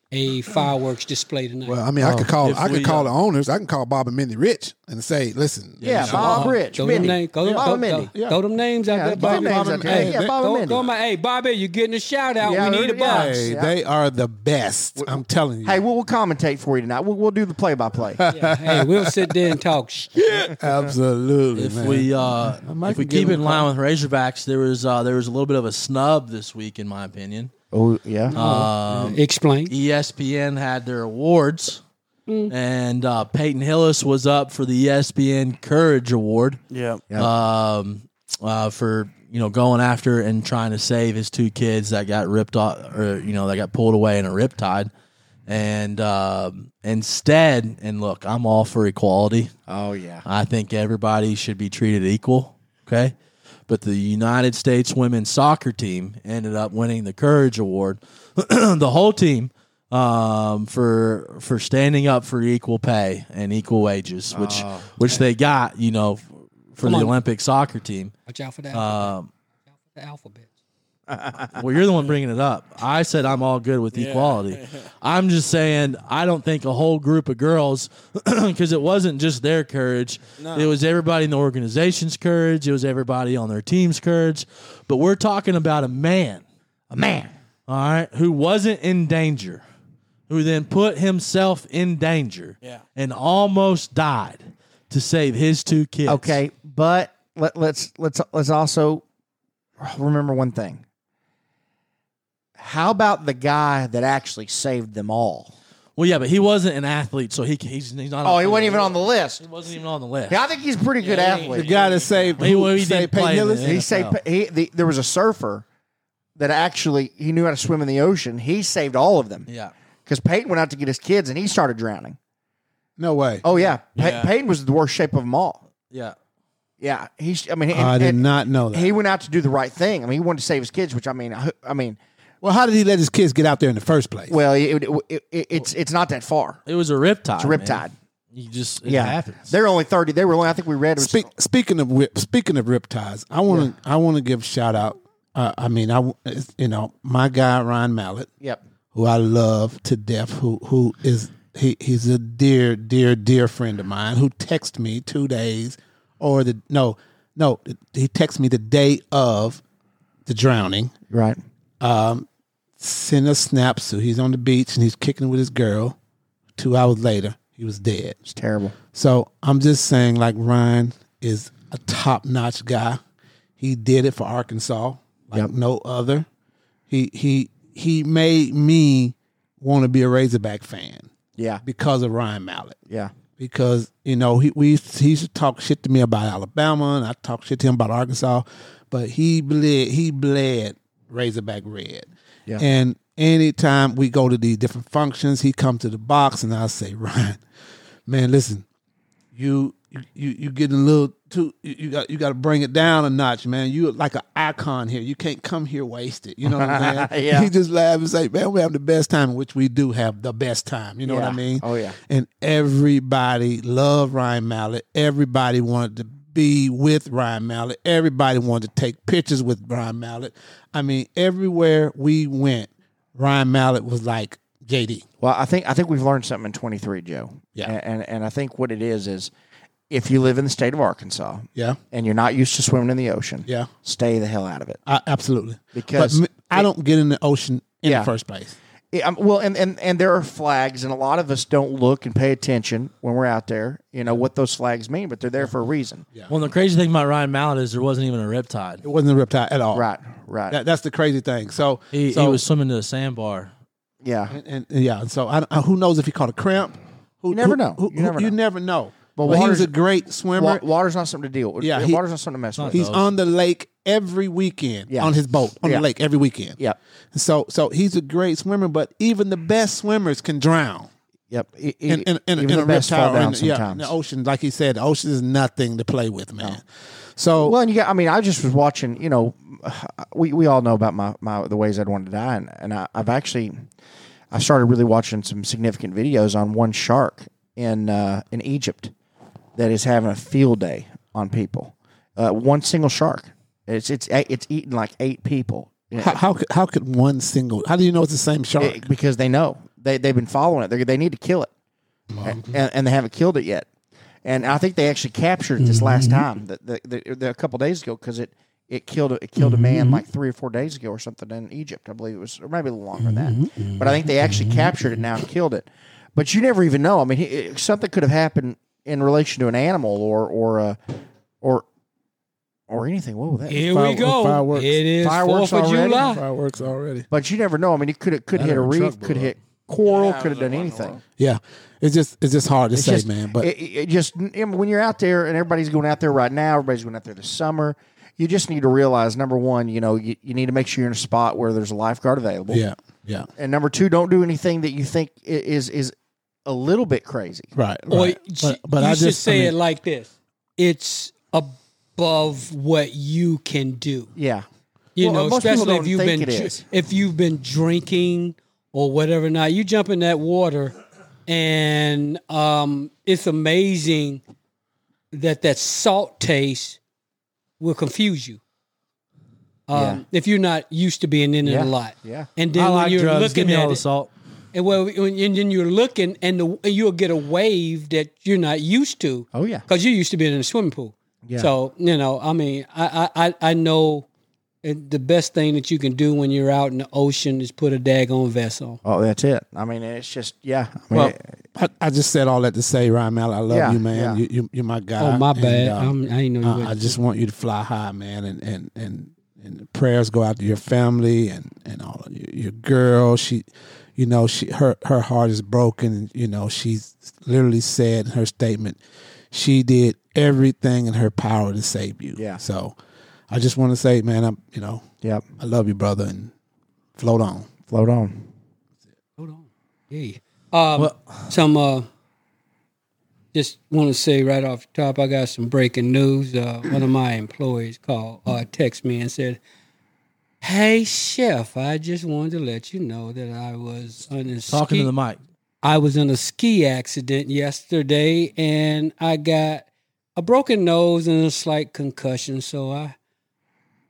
Speaker 4: a fireworks display tonight.
Speaker 3: Well, I mean, I could call.
Speaker 1: if
Speaker 3: I could
Speaker 1: we,
Speaker 3: call
Speaker 1: uh,
Speaker 3: the owners. I can call Bob and Mindy Rich and say, "Listen,
Speaker 5: Yeah, Bob Rich,
Speaker 4: throw,
Speaker 5: Mindy.
Speaker 4: them name, go,
Speaker 5: Bob
Speaker 4: go,
Speaker 5: and Mindy.
Speaker 4: Go, throw them names out
Speaker 5: Yeah,
Speaker 4: there,
Speaker 5: Bob
Speaker 4: Bobby.
Speaker 5: and Mindy's
Speaker 4: Bobby.
Speaker 5: out there.
Speaker 4: Hey,
Speaker 5: Yeah, Bob and
Speaker 4: throw-
Speaker 5: Mindy.
Speaker 4: throw my- hey, Bobby, you're getting a shout out.
Speaker 5: Yeah,
Speaker 4: we need a
Speaker 5: yeah.
Speaker 4: box.
Speaker 3: Hey,
Speaker 5: Yeah.
Speaker 3: they are the best. I'm telling you.
Speaker 5: Hey, we'll, we'll commentate for you tonight. We'll, we'll do the play by play.
Speaker 4: Yeah, hey, we'll sit there and talk. sh-
Speaker 3: absolutely,
Speaker 1: If
Speaker 3: man.
Speaker 1: we uh,
Speaker 3: might
Speaker 1: if we
Speaker 3: can give
Speaker 1: keep
Speaker 3: him
Speaker 1: in
Speaker 3: a
Speaker 1: line with Razorbacks, there was uh, there was a little bit of a snub this week, in my opinion. Uh, E
Speaker 5: Oh yeah. Um,
Speaker 4: Explain.
Speaker 5: e-
Speaker 1: ESPN had their awards,
Speaker 4: Mm.
Speaker 1: and uh, Peyton Hillis was up for the E ESPN Courage Award.
Speaker 2: Yeah.
Speaker 1: um, uh, for you know going after and trying to save his two kids that got ripped off, or you know that got pulled away in a riptide. And um, instead, and look, I'm all for equality.
Speaker 5: oh yeah.
Speaker 1: I think everybody should be treated equal. Okay. But the United States women's soccer team ended up winning the Courage Award, the whole team, um, for for standing up for equal pay and equal wages, which which they got, you know, for the Olympic soccer team.
Speaker 4: Watch out for that. Um, the alphabet.
Speaker 1: Well, you're the one bringing it up. I said I'm all good with equality. I'm just saying I don't think a whole group of girls, because it wasn't just their courage. It was everybody in the organization's courage. It was everybody on their team's courage. But we're talking about a man,
Speaker 5: A man.
Speaker 1: all right, who wasn't in danger, who then put himself in danger,
Speaker 2: Yeah.
Speaker 1: and almost died to save his two kids.
Speaker 5: Okay, but let, let's let's let's also remember one thing. How about the guy that actually saved them all?
Speaker 1: Well, yeah, but he wasn't an athlete, so he he's, he's not.
Speaker 5: Oh, he wasn't even on the list.
Speaker 1: He wasn't even on the list.
Speaker 5: Yeah, I think he's a pretty good
Speaker 3: the
Speaker 5: athlete.
Speaker 3: guy that saved,
Speaker 1: He-
Speaker 3: who
Speaker 1: well, he didn't
Speaker 3: saved Peyton
Speaker 1: play in
Speaker 3: Hillis,
Speaker 1: the
Speaker 5: He
Speaker 1: NFL.
Speaker 5: saved. He, the, there was a surfer that actually he knew how to swim in the ocean. He saved all of them.
Speaker 1: Yeah.
Speaker 5: Because Peyton went out to get his kids and he started drowning.
Speaker 3: no way.
Speaker 5: Oh yeah, Pey-
Speaker 1: Yeah.
Speaker 5: Peyton was the worst shape of them all.
Speaker 1: Yeah.
Speaker 5: Yeah, he's. I mean, and-
Speaker 3: I did
Speaker 5: and
Speaker 3: not know that.
Speaker 5: He went out to do the right thing. I mean, he wanted to save his kids, which I mean, I, I mean,
Speaker 3: well, how did he let his kids get out there in the first place?
Speaker 5: well, it, it, it, it's it's not that far.
Speaker 1: It was a riptide.
Speaker 5: It's a
Speaker 1: man.
Speaker 5: riptide.
Speaker 1: You just it
Speaker 5: Yeah,
Speaker 1: happens.
Speaker 5: they're only thirty. They were only. I think we read. It was,
Speaker 3: Speak, speaking of whip, speaking of riptides, I want to I want to give shout out. Uh, I mean, I w- it's, you know my guy Ryan Mallett,
Speaker 5: Yep.
Speaker 3: who I love to death, who who is he he's a dear dear dear friend of mine who texted me two days or the no no he texted me the day of the drowning
Speaker 5: Right.
Speaker 3: sent us snaps. So he's on the beach and he's kicking with his girl. Two hours later, he was dead.
Speaker 5: It's terrible.
Speaker 3: So I'm just saying, like Ryan is a top notch guy. He did it for Arkansas like no other. He he he made me want to be a Razorback fan
Speaker 5: Yeah.
Speaker 3: because of Ryan Mallett
Speaker 5: Yeah.
Speaker 3: because you know he we used- he used to talk shit to me about Alabama and I talk shit to him about Arkansas, but he bled he bled Razorback red.
Speaker 5: Yeah.
Speaker 3: And anytime we go to these different functions, he come to the box and I say, Ryan, man, listen, you you you getting a little too you, you got you got to bring it down a notch, man. You are like an icon here. You can't come here wasted. You know what I'm saying?
Speaker 5: Yeah.
Speaker 3: He just laugh and say, "Man, we have the best time," which we do have the best time. You know what
Speaker 5: Yeah.
Speaker 3: I mean?
Speaker 5: Oh, yeah.
Speaker 3: And everybody loved Ryan Mallett. Everybody wanted to be with Ryan Mallett. Everybody wanted to take pictures with Ryan Mallett. I mean, everywhere we went, Ryan Mallett was like JD.
Speaker 5: Well, I think I think we've learned something in 23, Joe.
Speaker 3: Yeah.
Speaker 5: And and, and I think what it is is if you live in the state of Arkansas
Speaker 3: Yeah.
Speaker 5: and you're not used to swimming in the ocean,
Speaker 3: Yeah.
Speaker 5: stay the hell out of it.
Speaker 3: I, absolutely.
Speaker 5: Because-
Speaker 3: but m- I don't get in the ocean in
Speaker 5: Yeah.
Speaker 3: the first place.
Speaker 5: Yeah, um, well, and, and and there are flags, and a lot of us don't look and pay attention when we're out there. You know what those flags mean, but they're there for a reason.
Speaker 1: Well, and the crazy thing about Ryan Mallett is there wasn't even a riptide.
Speaker 3: It wasn't a riptide at all.
Speaker 5: Right, right.
Speaker 3: That, that's the crazy thing. So
Speaker 1: He,
Speaker 3: so,
Speaker 1: he was swimming to a sandbar.
Speaker 5: yeah.
Speaker 3: and, and- yeah. And so I, I- who knows if he caught a cramp? Who,
Speaker 5: You never
Speaker 3: who-
Speaker 5: know.
Speaker 3: Who,
Speaker 5: You never
Speaker 3: who-
Speaker 5: know.
Speaker 3: know.
Speaker 5: But
Speaker 3: But, he
Speaker 5: water's-
Speaker 3: was a great
Speaker 5: Wa-
Speaker 3: swimmer.
Speaker 5: water's not something to deal with.
Speaker 3: Yeah,
Speaker 5: Yeah,
Speaker 3: he-
Speaker 5: water's not something to mess with.
Speaker 3: He's on the lake every weekend
Speaker 5: Yeah.
Speaker 3: on his boat on
Speaker 5: Yeah.
Speaker 3: the lake every weekend.
Speaker 5: Yep.
Speaker 3: So so he's a great swimmer, but even the best swimmers can drown.
Speaker 5: Yep. I- I-
Speaker 3: in, in, in,
Speaker 5: E, even
Speaker 3: in
Speaker 5: the
Speaker 3: a
Speaker 5: best
Speaker 3: reptile
Speaker 5: fall
Speaker 3: or in
Speaker 5: down
Speaker 3: the- yeah, in
Speaker 5: sometimes.
Speaker 3: the ocean, like he said, the ocean is nothing to play with, man. So
Speaker 5: Well, and you got, I mean, I just was watching, you know, we, we all know about my, my, the ways I'd want to die. And, and I, I've actually, I started really watching some significant videos on one shark in, uh, in Egypt that is having a field day on people. Uh, one single shark. It's, it's, it's eating like eight people.
Speaker 3: how, how could how could one single? How do you know it's the same shark?
Speaker 5: It- because they know they they've been following it. They they need to kill it, and, and they haven't killed it yet. And I think they actually captured it this last
Speaker 3: Mm-hmm.
Speaker 5: time, the, the, the, the- a couple days ago, because it it killed a- it killed a
Speaker 3: Mm-hmm.
Speaker 5: man like three or four days ago or something in Egypt, I believe it was, or maybe a little longer than
Speaker 3: Mm-hmm.
Speaker 5: that. But I think they actually captured it now and killed it. But you never even know. I mean, he- it, something could have happened in relation to an animal or or uh, or or anything. What was that?
Speaker 4: Here
Speaker 3: Fire-
Speaker 4: we go.
Speaker 3: fireworks.
Speaker 4: It is
Speaker 5: Fireworks
Speaker 4: Fourth of
Speaker 5: already?
Speaker 4: July.
Speaker 3: Fireworks already.
Speaker 5: But you never know. I mean, it could it could
Speaker 3: That
Speaker 5: hit a
Speaker 3: or a truck
Speaker 5: reef,
Speaker 3: blew
Speaker 5: could
Speaker 3: up.
Speaker 5: hit coral,
Speaker 2: Yeah, I
Speaker 5: could have
Speaker 2: was
Speaker 5: done
Speaker 2: in
Speaker 5: anything.
Speaker 3: Yeah, it's just it's just hard to say, man. But
Speaker 5: it, it just I mean, when you're out there and everybody's going out there right now, everybody's going out there this summer. You just need to realize number one, you know, you, you need to make sure you're in a spot where there's a lifeguard available.
Speaker 3: yeah, yeah,
Speaker 5: And number two, don't do anything that you think i- is is a little bit crazy.
Speaker 3: right.
Speaker 4: Or
Speaker 3: right.
Speaker 4: but, you should say it like this: It's above what you can do.
Speaker 5: Yeah.
Speaker 4: You
Speaker 5: Well,
Speaker 4: know,
Speaker 5: most people
Speaker 4: especially if
Speaker 5: don't
Speaker 4: you've
Speaker 5: think
Speaker 4: been
Speaker 5: it
Speaker 4: dr-
Speaker 5: is.
Speaker 4: if you've been drinking or whatever. Now you jump in that water, and um, it's amazing that that salt taste will confuse you. Um, If you're not used to being in it
Speaker 5: Yeah.
Speaker 4: a lot,
Speaker 5: Yeah.
Speaker 4: and then
Speaker 1: I
Speaker 4: when
Speaker 1: like
Speaker 4: you're
Speaker 1: drugs. Give
Speaker 4: looking
Speaker 1: me
Speaker 4: at
Speaker 1: all
Speaker 4: it,
Speaker 1: the salt.
Speaker 4: and well, when- and then you're looking, and, the, and you'll get a wave that you're not used to.
Speaker 5: Oh, yeah.
Speaker 4: because you're used to being in a swimming pool. Yeah. So you know, I mean, I I I I know it- the best thing that you can do when you're out in the ocean is put a daggone vest on.
Speaker 5: Oh, that's it. I mean, it's just yeah. I mean,
Speaker 3: Well,
Speaker 5: it-
Speaker 3: I, I just said all that to say, Ryan Mallett, I love
Speaker 5: Yeah,
Speaker 3: you, man.
Speaker 5: yeah.
Speaker 3: You, you you're my guy.
Speaker 4: Oh my
Speaker 3: And,
Speaker 4: bad,
Speaker 3: uh,
Speaker 4: I'm, I didn't know you.
Speaker 3: I, I just want you to fly high, man, and and and and the prayers go out to your family and and all of your, your girl. She, you know, she her her heart is broken. You know, she's literally said in her statement, she did everything in her power to save you.
Speaker 5: Yeah.
Speaker 3: So, I just want to say, man, I'm you know,
Speaker 5: yep.
Speaker 3: I love you, brother, and float on.
Speaker 5: Float on.
Speaker 4: Hold on. Hey. Um, some uh, just want to say right off the top, I got some breaking news. Uh, one of my employees called, uh, text me and said, "Hey, chef, I just wanted to let you know that I was on
Speaker 1: Talking
Speaker 4: a ski-
Speaker 1: to the mic.
Speaker 4: I was in a ski accident yesterday, and I got a broken nose and a slight concussion. So I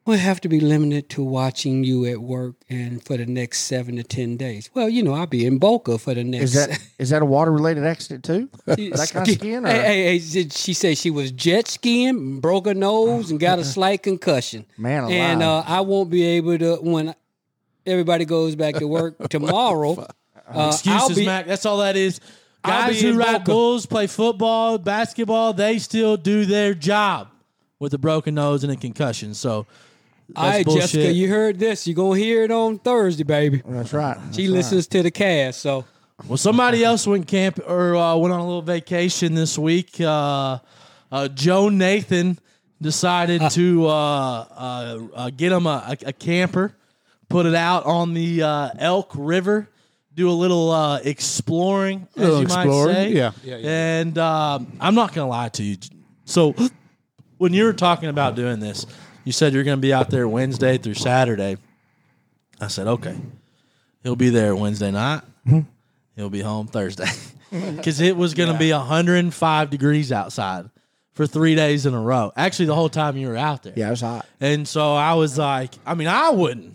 Speaker 4: will have to be limited to watching you at work and for the next seven to ten days. Well, you know, I'll be in Boca for the next.
Speaker 5: Is that is that a water related accident too? that kind of skiing? Or?
Speaker 4: Hey, hey, hey, she- she said she was jet skiing, broke her nose, and got a slight concussion.
Speaker 5: Man alive.
Speaker 4: and uh, I won't be able to when everybody goes back to work tomorrow. Uh, I'll
Speaker 1: Excuses,
Speaker 4: be,
Speaker 1: Mac. That's all that is.
Speaker 4: I'll
Speaker 1: Guys
Speaker 4: be
Speaker 1: who
Speaker 4: in
Speaker 1: ride
Speaker 4: Boca.
Speaker 1: bulls, play football, basketball, they still do their job with a broken nose and a concussion. So that's
Speaker 4: All right,
Speaker 1: bullshit.
Speaker 4: Jessica, you heard this. You're going to hear it on Thursday, baby.
Speaker 5: That's right.
Speaker 4: She listens to the cast, so
Speaker 1: Well, somebody else went camp or uh, went on a little vacation this week. Uh, uh, Joe Nathan decided
Speaker 3: Ah.
Speaker 1: to uh, uh, uh, get him a, a, a camper, put it out on the uh, Elk River, do a little uh, exploring, as
Speaker 3: Little
Speaker 1: you
Speaker 3: exploring,
Speaker 1: might say.
Speaker 3: yeah. Yeah, yeah.
Speaker 1: And um, I'm not gonna lie to you. So when you were talking about doing this, you said you're gonna be out there Wednesday through Saturday. I said, okay. He'll be there Wednesday night. He'll be home Thursday. Because it was going to be 105 degrees outside for three days in a row. Actually, the whole time you were out there.
Speaker 5: Yeah, it was hot.
Speaker 1: And so I was like, I mean, I wouldn't.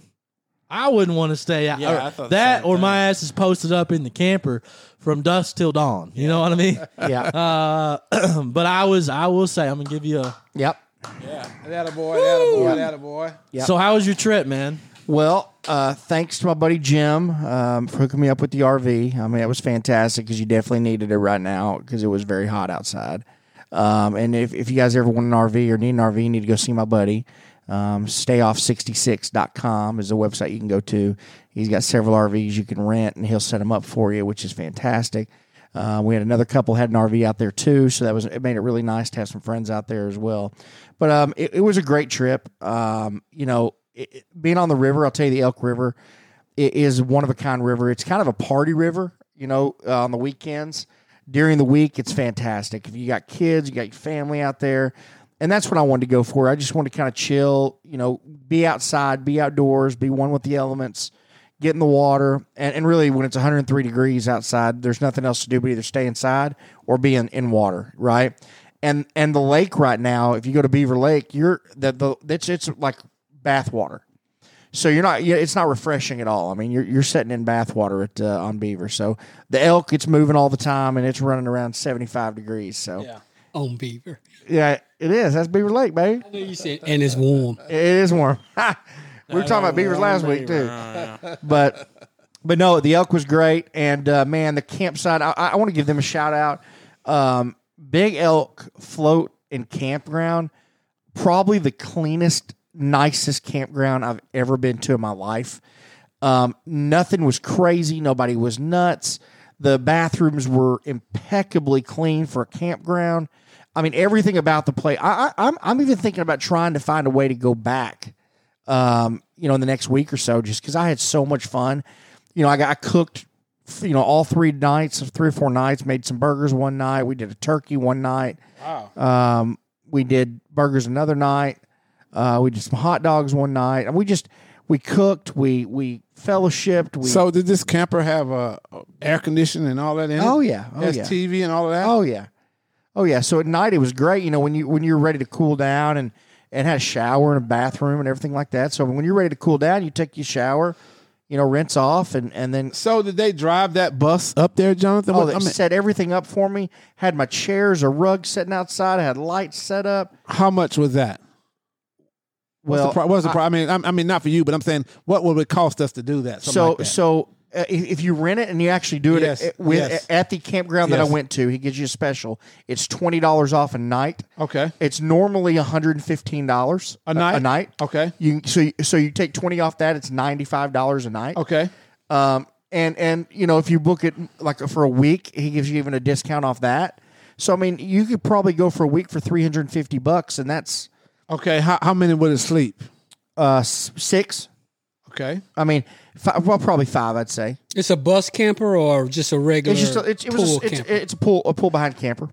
Speaker 1: I wouldn't want to stay out.
Speaker 2: Yeah,
Speaker 1: or
Speaker 2: I thought the
Speaker 1: that
Speaker 2: same
Speaker 1: or
Speaker 2: thing.
Speaker 1: my ass is posted up in the camper from dusk till dawn. You know what I mean?
Speaker 5: Yeah.
Speaker 1: Uh, but I was, I will say, I'm gonna give you a.
Speaker 5: Yep.
Speaker 2: Yeah. That boy. That boy. That boy.
Speaker 5: Yep.
Speaker 1: So how was your trip, man?
Speaker 5: Well, uh, thanks to my buddy Jim um, for hooking me up with the RV. I mean, it was fantastic because you definitely needed it right now because it was very hot outside. Um, and if, if you guys ever want an RV or need an RV, you need to go see my buddy. Um, stayoff66.com is a website you can go to. He's got several RVs you can rent, and he'll set them up for you, which is fantastic. Uh, we had another couple had an RV out there too, so that was it made it really nice to have some friends out there as well. But um, it, it was a great trip. Um, you know, it, it- being on the river, I'll tell you, the Elk River i- is one of a kind river. It's kind of a party river, you know, uh, on the weekends. During the week, it's fantastic. If you got kids, you got your family out there, and that's what I wanted to go for. I just wanted to kind of chill, you know, be outside, be outdoors, be one with the elements get in the water and, and really when it's 103 degrees outside there's nothing else to do but either stay inside or be in, in water right and and the lake right now if you go to beaver lake you're the, the it's, it's like bath water so you're not you it's not refreshing at all i mean you're, you're sitting in bath water at uh, on beaver so the elk it's moving all the time and it's running around 75 degrees so yeah,
Speaker 4: on Beaver.
Speaker 5: it is that's beaver lake baby
Speaker 4: You said, and it's warm.
Speaker 5: it is warm. we were talking about beavers last week too, but but no, the elk was great, and uh, man, the campsite. I, I want to give them a shout out. Um, Big Elk Float and Campground, probably the cleanest, nicest campground I've ever been to in my life. Um, nothing was crazy. Nobody was nuts. The bathrooms were impeccably clean for a campground. I mean, everything about the place. I, I, I'm, I'm even thinking about trying to find a way to go back, um, you know, in the next week or so, just because I had so much fun. You know, I, got, I cooked, f- you know, all three nights, three or four nights, made some burgers one night. We did a turkey one night. Wow. Um, we did burgers another night. Uh, we did some hot dogs one night, and we just we cooked, we we fellowshipped. We
Speaker 3: So did this camper have uh, air conditioning and all that in it?
Speaker 5: oh yeah, oh
Speaker 3: Has
Speaker 5: yeah.
Speaker 3: TV and all of that.
Speaker 5: Oh yeah, oh yeah. So at night it was great. You know when you when you're ready to cool down and and had a shower and a bathroom and everything like that. So when you're ready to cool down, you take your shower, you know, rinse off, and and then
Speaker 3: So did they drive that bus up there, Jonathan?
Speaker 5: oh,
Speaker 3: What-
Speaker 5: they
Speaker 3: I mean,
Speaker 5: set everything up for me. Had my chairs, a rug sitting outside. I had lights set up.
Speaker 3: how much was that? What's
Speaker 5: well,
Speaker 3: the, pri- what's the pri- I, mean, I'm, I mean, not for you, but I'm saying, what would it cost us to do that? Something
Speaker 5: so
Speaker 3: like that.
Speaker 5: so uh, if if you rent it and you actually do it
Speaker 3: Yes,
Speaker 5: at, with
Speaker 3: yes.
Speaker 5: at the campground that I
Speaker 3: Yes.
Speaker 5: went to, he gives you a special. It's twenty dollars off a night.
Speaker 3: Okay.
Speaker 5: It's normally one hundred and fifteen dollars
Speaker 3: A night?
Speaker 5: A night.
Speaker 3: Okay.
Speaker 5: You so you- so you take twenty off that. It's ninety five dollars a night.
Speaker 3: Okay.
Speaker 5: Um, and and you know if you book it like for a week, he gives you even a discount off that. So I mean, you could probably go for a week for three hundred and fifty bucks, and that's
Speaker 3: Okay. How, how many would it sleep?
Speaker 5: uh s- six.
Speaker 3: Okay.
Speaker 5: I mean, five, well, probably five, I'd say.
Speaker 4: It's a bus camper or just a regular
Speaker 5: It's just a, it's, it was
Speaker 4: pool
Speaker 5: a, it's,
Speaker 4: camper.
Speaker 5: it's a pool a pool behind camper,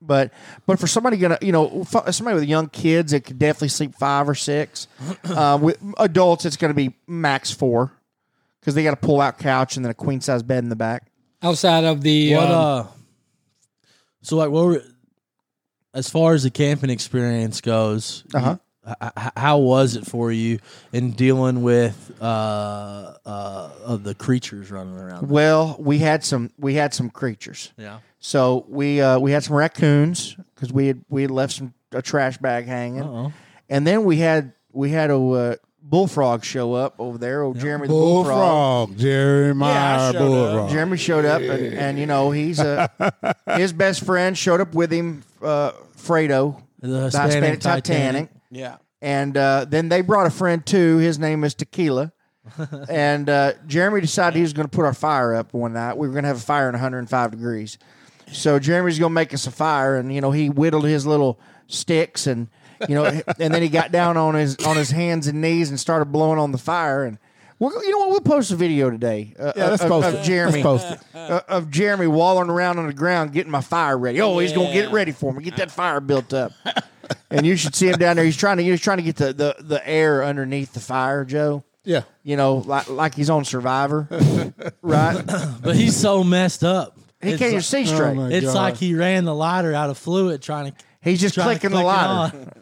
Speaker 5: but but for somebody gonna you know f- somebody with young kids it could definitely sleep five or six. uh, with adults, it's gonna be max four because they got a pull out couch and then a queen size bed in the back.
Speaker 4: outside of the
Speaker 1: What
Speaker 4: um,
Speaker 1: uh? So like, what were, as far as the camping experience goes,
Speaker 5: Uh-huh.
Speaker 1: h- h- how was it for you in dealing with uh, uh, of the creatures running around?
Speaker 5: Well, we had some we had some creatures.
Speaker 1: Yeah,
Speaker 5: So we uh, we had some raccoons because we had we had left some a trash bag hanging,
Speaker 1: Uh-oh.
Speaker 5: and then we had we had a uh, bullfrog show up over there. Old Jeremy the bullfrog.
Speaker 3: Bullfrog, Jeremiah
Speaker 2: Yeah, I showed up.
Speaker 3: Bullfrog.
Speaker 5: Jeremy showed up, and, and you know he's a his best friend showed up with him, uh, Fredo,
Speaker 1: The Hispanic Titanic.
Speaker 2: Yeah.
Speaker 5: and uh, then they brought a friend too. His name is Tequila, and uh, Jeremy decided he was going to put our fire up one night. We were going to have a fire in 105 degrees, so Jeremy's going to make us a fire, and you know he whittled his little sticks, and you know, and then he got down on his on his hands and knees and started blowing on the fire, and. We're, you know what? We'll post a video today. Uh,
Speaker 3: Yeah, let's
Speaker 5: of,
Speaker 3: post
Speaker 5: of
Speaker 3: it.
Speaker 5: Jeremy
Speaker 3: Let's post it.
Speaker 5: uh, of Jeremy wallowing around on the ground getting my fire ready. Oh, he's gonna get it ready for me. Get that fire built up. and you should see him down there. He's trying to he's trying to get the, the, the air underneath the fire, Joe.
Speaker 3: Yeah.
Speaker 5: You know, like like he's on Survivor, right?
Speaker 1: but he's so messed up.
Speaker 5: He
Speaker 1: it's
Speaker 5: can't even
Speaker 1: like,
Speaker 5: see
Speaker 3: Oh,
Speaker 5: straight.
Speaker 3: my
Speaker 1: it's
Speaker 3: God.
Speaker 1: like he ran the lighter out of fluid trying to.
Speaker 5: he's just
Speaker 1: trying to
Speaker 5: clicking the
Speaker 1: click it
Speaker 5: lighter.
Speaker 1: on.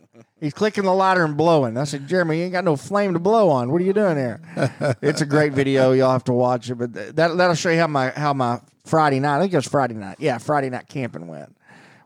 Speaker 5: He's clicking the lighter and blowing. I said, Jeremy, you ain't got no flame to blow on. What are you doing there? it's a great video. Y'all have to watch it. But th- that that'll show you how my how my Friday night. I think it was Friday night. Yeah, Friday night camping went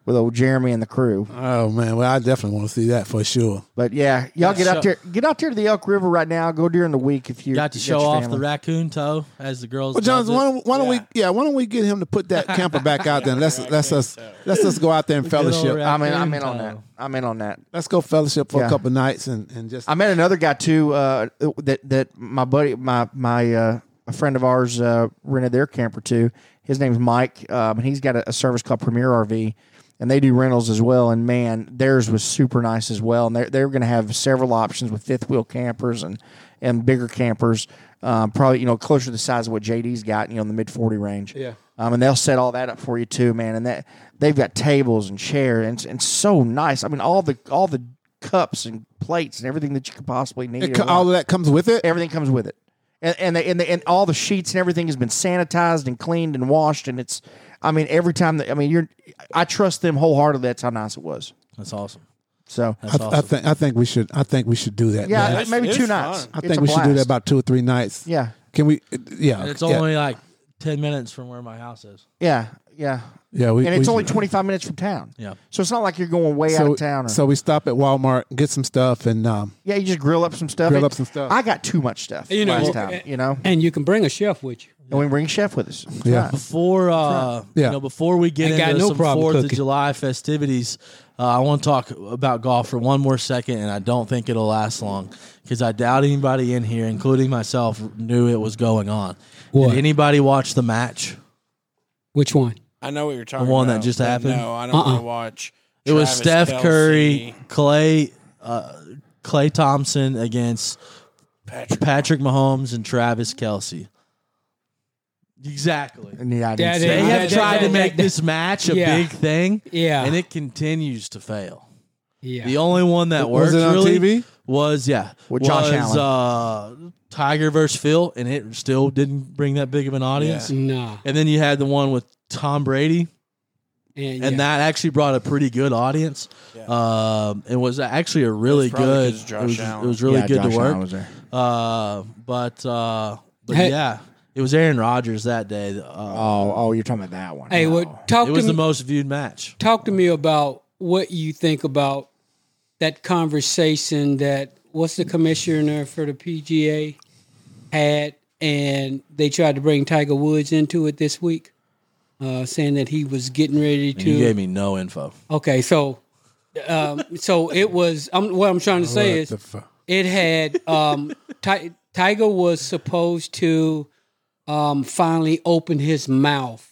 Speaker 5: with old Jeremy and the crew.
Speaker 3: Oh man, well I definitely want to see that for sure.
Speaker 5: But yeah, y'all get out
Speaker 1: show-
Speaker 5: there. Get out there to the Elk River right now. Go during the week if you
Speaker 1: Got to
Speaker 5: you
Speaker 1: show
Speaker 5: your
Speaker 1: off the
Speaker 5: family.
Speaker 1: raccoon toe as the girls.
Speaker 3: Well,
Speaker 1: loved
Speaker 3: Johnson,
Speaker 1: it.
Speaker 3: why don't, why don't we? Yeah, why don't we get him to put that camper back out there? and Let's let's us let's us go out there and
Speaker 1: old
Speaker 3: fellowship.
Speaker 1: rat.
Speaker 5: I'm in. I'm in on that.
Speaker 1: Raccoon
Speaker 5: I'm in on that.
Speaker 3: Let's go fellowship for
Speaker 5: Yeah.
Speaker 3: a couple nights and and just.
Speaker 5: I met another guy too. Uh, that that my buddy, my my uh, a friend of ours uh, rented their camper too. His name's Mike, um, and he's got a, a service called Premier RV, and they do rentals as well. And man, theirs was super nice as well. And they're they're going to have several options with fifth wheel campers and and bigger campers, um, probably you know closer to the size of what JD's got, you know, in the mid forty range.
Speaker 3: Yeah.
Speaker 5: Um, and they'll set all that up for you too, man. And that they've got tables and chairs and, and so nice. I mean, all the all the cups and plates and everything that you could possibly need.
Speaker 3: it
Speaker 5: and
Speaker 3: co- all
Speaker 5: want.
Speaker 3: of that comes with it.
Speaker 5: everything comes with it, and and, they, and, they, and all the sheets and everything has been sanitized and cleaned and washed. And it's, I mean, every time that I mean, you're, I trust them wholeheartedly. That's how nice it was.
Speaker 1: That's awesome.
Speaker 5: So
Speaker 3: I, I
Speaker 1: awesome.
Speaker 3: think I think we should I think we should do that.
Speaker 5: yeah,
Speaker 3: man.
Speaker 2: it's-
Speaker 5: maybe
Speaker 2: it's
Speaker 5: two
Speaker 2: fun.
Speaker 5: nights.
Speaker 3: I
Speaker 5: It's
Speaker 3: think
Speaker 5: a
Speaker 3: we should do that
Speaker 5: blast.
Speaker 3: about two or three nights.
Speaker 5: Yeah,
Speaker 3: Can we? uh, Yeah.
Speaker 1: And it's
Speaker 3: yeah,
Speaker 1: only like ten minutes from where my house is.
Speaker 5: yeah, yeah.
Speaker 3: Yeah. We,
Speaker 5: And it's
Speaker 3: we-
Speaker 5: only twenty five minutes from town.
Speaker 1: Yeah.
Speaker 5: So it's not like you're going way out
Speaker 3: So,
Speaker 5: of town. Or,
Speaker 3: so we stop at Walmart, get some stuff, and um,
Speaker 5: Yeah, you just grill up some stuff.
Speaker 3: Grill
Speaker 5: It-
Speaker 3: up some stuff.
Speaker 5: I got too much stuff
Speaker 4: You know,
Speaker 5: last time, you know.
Speaker 4: And you can bring a chef with you.
Speaker 5: And we bring chef with us. That's
Speaker 3: Yeah.
Speaker 5: right.
Speaker 1: Before uh,
Speaker 3: Yeah.
Speaker 1: you know, before we get
Speaker 4: Ain't got
Speaker 1: into
Speaker 4: no
Speaker 1: some
Speaker 4: problem
Speaker 1: Fourth of
Speaker 4: cooking.
Speaker 1: July festivities, uh, I want to talk about golf for one more second, and I don't think it'll last long because I doubt anybody in here, including myself, knew it was going on.
Speaker 4: What?
Speaker 1: Did anybody watch the match?
Speaker 4: Which one?
Speaker 2: I know what you're talking about.
Speaker 1: one that just
Speaker 2: but
Speaker 1: happened?
Speaker 2: No, I don't want
Speaker 4: Uh-uh.
Speaker 2: to watch.
Speaker 1: It was
Speaker 2: Travis
Speaker 1: Steph
Speaker 2: Kelce,
Speaker 1: Curry, Clay, uh, Clay Thompson against
Speaker 2: Patrick.
Speaker 1: Patrick Mahomes and Travis Kelsey. Exactly.
Speaker 5: And yeah, I didn't
Speaker 4: That
Speaker 5: see
Speaker 4: is-
Speaker 1: They
Speaker 5: it.
Speaker 4: Yeah,
Speaker 1: have
Speaker 4: that-
Speaker 1: tried to
Speaker 4: that-
Speaker 1: make
Speaker 4: that- that-
Speaker 1: this match a
Speaker 4: Yeah.
Speaker 1: big thing,
Speaker 4: Yeah.
Speaker 1: and it continues to fail.
Speaker 4: Yeah.
Speaker 1: The only one that
Speaker 3: Was
Speaker 1: worked
Speaker 3: it on
Speaker 1: really
Speaker 3: TV?
Speaker 1: was yeah
Speaker 5: With Josh
Speaker 1: was, Uh, Tiger versus Phil, and it still didn't bring that big of an audience.
Speaker 4: nah.
Speaker 1: And then you had the one with Tom Brady,
Speaker 4: And,
Speaker 1: and
Speaker 4: yeah.
Speaker 1: that actually brought a pretty good audience. Um, it was actually a really
Speaker 2: probably
Speaker 1: good.
Speaker 2: 'cause
Speaker 1: It
Speaker 2: Josh
Speaker 1: was,
Speaker 2: Allen.
Speaker 1: it was really
Speaker 5: Yeah,
Speaker 1: good
Speaker 5: Josh
Speaker 1: to
Speaker 5: Allen
Speaker 1: work.
Speaker 5: was there.
Speaker 1: Uh, but uh, but
Speaker 4: Hey-
Speaker 1: yeah, it was Aaron Rodgers that day. Uh,
Speaker 5: Oh, oh, you're talking about that one. Oh.
Speaker 4: Hey,
Speaker 5: No.
Speaker 4: well, talk
Speaker 1: it was
Speaker 4: to
Speaker 1: the
Speaker 4: me,
Speaker 1: most viewed match.
Speaker 4: talk to me about what you think about that conversation that what's the commissioner for the PGA had, and they tried to bring Tiger Woods into it this week, uh, saying that he was getting ready to.
Speaker 1: You gave me no info.
Speaker 4: Okay, so um, so it was. I'm, what I'm trying to say is,
Speaker 3: the fu-
Speaker 4: it had um, Ti- Tiger was supposed to um, finally open his mouth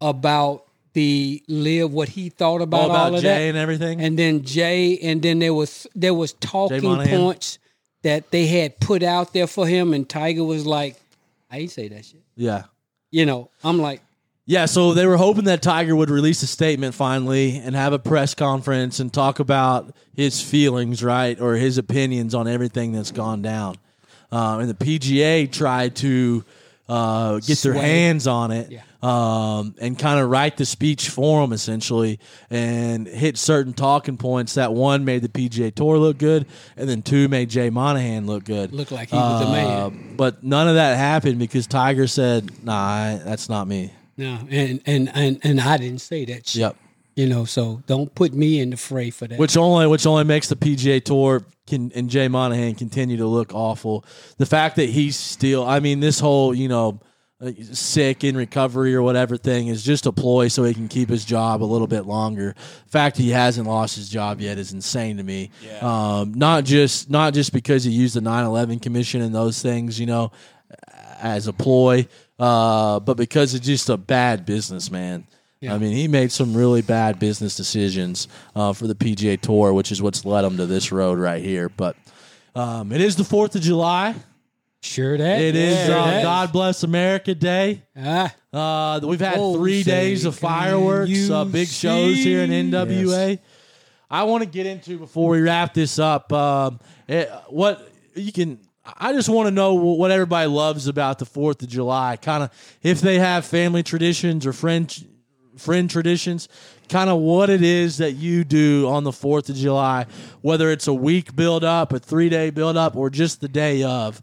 Speaker 4: about the live what he thought about,
Speaker 1: All about
Speaker 4: all of
Speaker 1: Jay
Speaker 4: that,
Speaker 1: and everything.
Speaker 4: and then Jay, and then there was there was talking
Speaker 1: Monahan.
Speaker 4: points that they had put out there for him, and Tiger was like, "I ain't say that shit."
Speaker 1: yeah.
Speaker 4: You know, I'm like,
Speaker 1: Yeah, so they were hoping that Tiger would release a statement finally and have a press conference and talk about his feelings, right, or his opinions on everything that's gone down. Um, and the PGA tried to uh, get their hands on it
Speaker 4: Yeah.
Speaker 1: um, and kind of write the speech for him, essentially, and hit certain talking points that one made the PGA Tour look good, and then two made Jay Monahan look good. Uh,
Speaker 4: Looked like he was the man.
Speaker 1: But none of that happened because Tiger said, nah, I, that's not me.
Speaker 4: no, and and and and I didn't say that shit.
Speaker 1: Yep.
Speaker 4: You know, so don't put me in the fray for that.
Speaker 1: which only which only makes the PGA Tour can, and Jay Monahan continue to look awful. The fact that he's still, I mean, this whole you know uh, sick in recovery or whatever thing is just a ploy so he can keep his job a little bit longer. The fact he hasn't lost his job yet is insane to me. Um, not just not just because he used the 9/11 commission and those things, you know, as a ploy, uh, but because it's just a bad businessman. I mean, he made some really bad business decisions uh, for the PGA Tour, which is what's led him to this road right here. But um, it is the Fourth of July.
Speaker 4: Sure that
Speaker 1: It is
Speaker 4: Sure
Speaker 1: uh,
Speaker 4: that.
Speaker 1: God Bless America Day.
Speaker 4: Ah,
Speaker 1: Uh, we've had
Speaker 4: Oh,
Speaker 1: three
Speaker 4: say,
Speaker 1: days of
Speaker 4: can
Speaker 1: fireworks,
Speaker 4: you
Speaker 1: uh, big shows here in
Speaker 4: see?
Speaker 1: NWA. I want to get into before we wrap this up. Um, eh, what you can, I just want to know what everybody loves about the Fourth of July. Kind of if they have family traditions or friends friend traditions, kind of what it is that you do on the 4th of July, whether it's a week build up, a three day build up, or just the day of,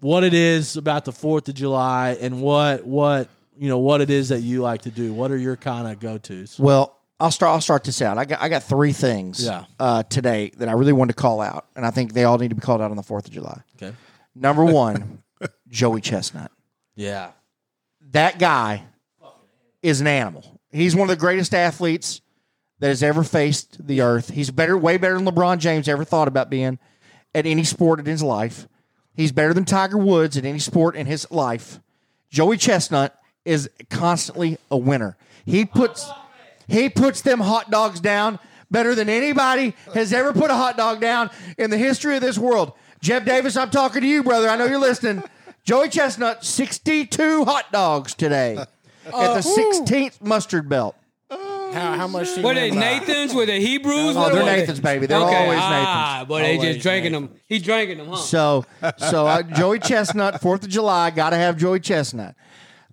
Speaker 1: what it is about the 4th of July and what, what, you know, what it is that you like to do. What are your kind of go tos?
Speaker 5: Well, I'll start. I'll start this out. I got I got three things
Speaker 1: Yeah.
Speaker 5: uh, today that I really wanted to call out, and I think they all need to be called out on the Fourth of July.
Speaker 1: Okay.
Speaker 5: Number one, Joey Chestnut.
Speaker 1: Yeah.
Speaker 5: That guy is an animal. He's one of the greatest athletes that has ever faced the earth. He's better, way better than LeBron James ever thought about being at any sport in his life. He's better than Tiger Woods at any sport in his life. Joey Chestnut is constantly a winner. He puts he puts them hot dogs down better than anybody has ever put a hot dog down in the history of this world. Jeb Davis, I'm talking to you, brother. I know you're listening. Joey Chestnut, 62 hot dogs today at the 16th mustard belt.
Speaker 2: How, how much? do you
Speaker 4: Were they
Speaker 2: remember?
Speaker 4: Nathans? Were they Hebrews?
Speaker 5: Oh,
Speaker 4: What
Speaker 5: they're
Speaker 4: were they?
Speaker 5: Nathan's, baby. They're
Speaker 4: okay.
Speaker 5: always Nathan's.
Speaker 4: ah, but they
Speaker 2: Always
Speaker 4: just drinking them. He's drinking them, huh?
Speaker 5: So, so uh, Joey Chestnut, Fourth of July, got to have Joey Chestnut.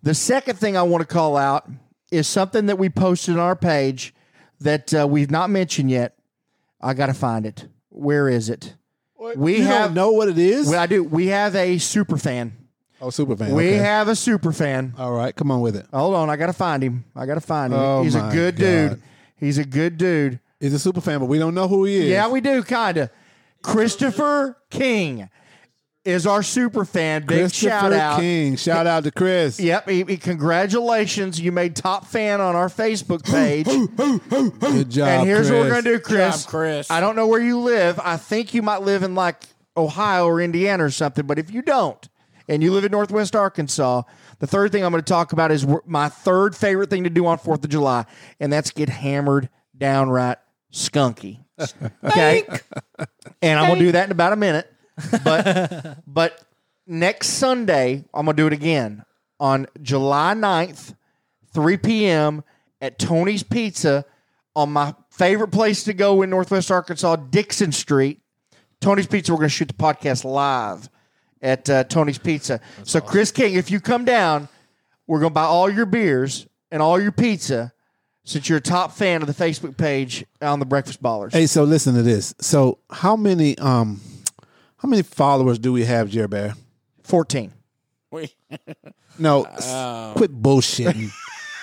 Speaker 5: The second thing I want to call out is something that we posted on our page that uh, we've not mentioned yet. I got to find it. Where is it? We
Speaker 3: you
Speaker 5: have
Speaker 3: don't know what it is.
Speaker 5: Well, I do. We have a super fan.
Speaker 3: oh, super fan.
Speaker 5: We
Speaker 3: okay.
Speaker 5: have a super fan.
Speaker 3: All right, come on with it.
Speaker 5: Hold on, I got to find him. I got to find him.
Speaker 3: Oh,
Speaker 5: He's a
Speaker 3: my
Speaker 5: good
Speaker 3: God.
Speaker 5: dude. He's a good dude.
Speaker 3: He's a super fan, but we don't know who he is.
Speaker 5: Yeah, we do kind of. Christopher King is our super fan. Big
Speaker 3: Christopher
Speaker 5: shout out.
Speaker 3: King. Shout out to Chris.
Speaker 5: Yep. He, he- congratulations, you made top fan on our Facebook page.
Speaker 3: Good job.
Speaker 5: and here's what we're
Speaker 3: Chris.
Speaker 5: gonna do, Chris.
Speaker 2: job, Chris.
Speaker 5: I don't know where you live. I think you might live in like Ohio or Indiana or something. But if you don't, and you live in Northwest Arkansas, the third thing I'm going to talk about is wh- my third favorite thing to do on Fourth of July, and that's get hammered downright skunky. Okay, and I'm going to do that in about a minute. But but next Sunday I'm going to do it again on July 9th. 3 p.m. at Tony's Pizza on my favorite place to go in Northwest Arkansas, Dixon Street. Tony's Pizza. We're going to shoot the podcast live at uh, Tony's Pizza. so, Chris King, if you come down, we're going to buy all your beers and all your pizza since you're a top fan of the Facebook page on the Breakfast Ballers.
Speaker 3: Hey, so listen to this. So how many um how many followers do we have, Jer Bear?
Speaker 5: 14.
Speaker 2: We-
Speaker 3: No, s-
Speaker 1: Um.
Speaker 3: quit bullshitting.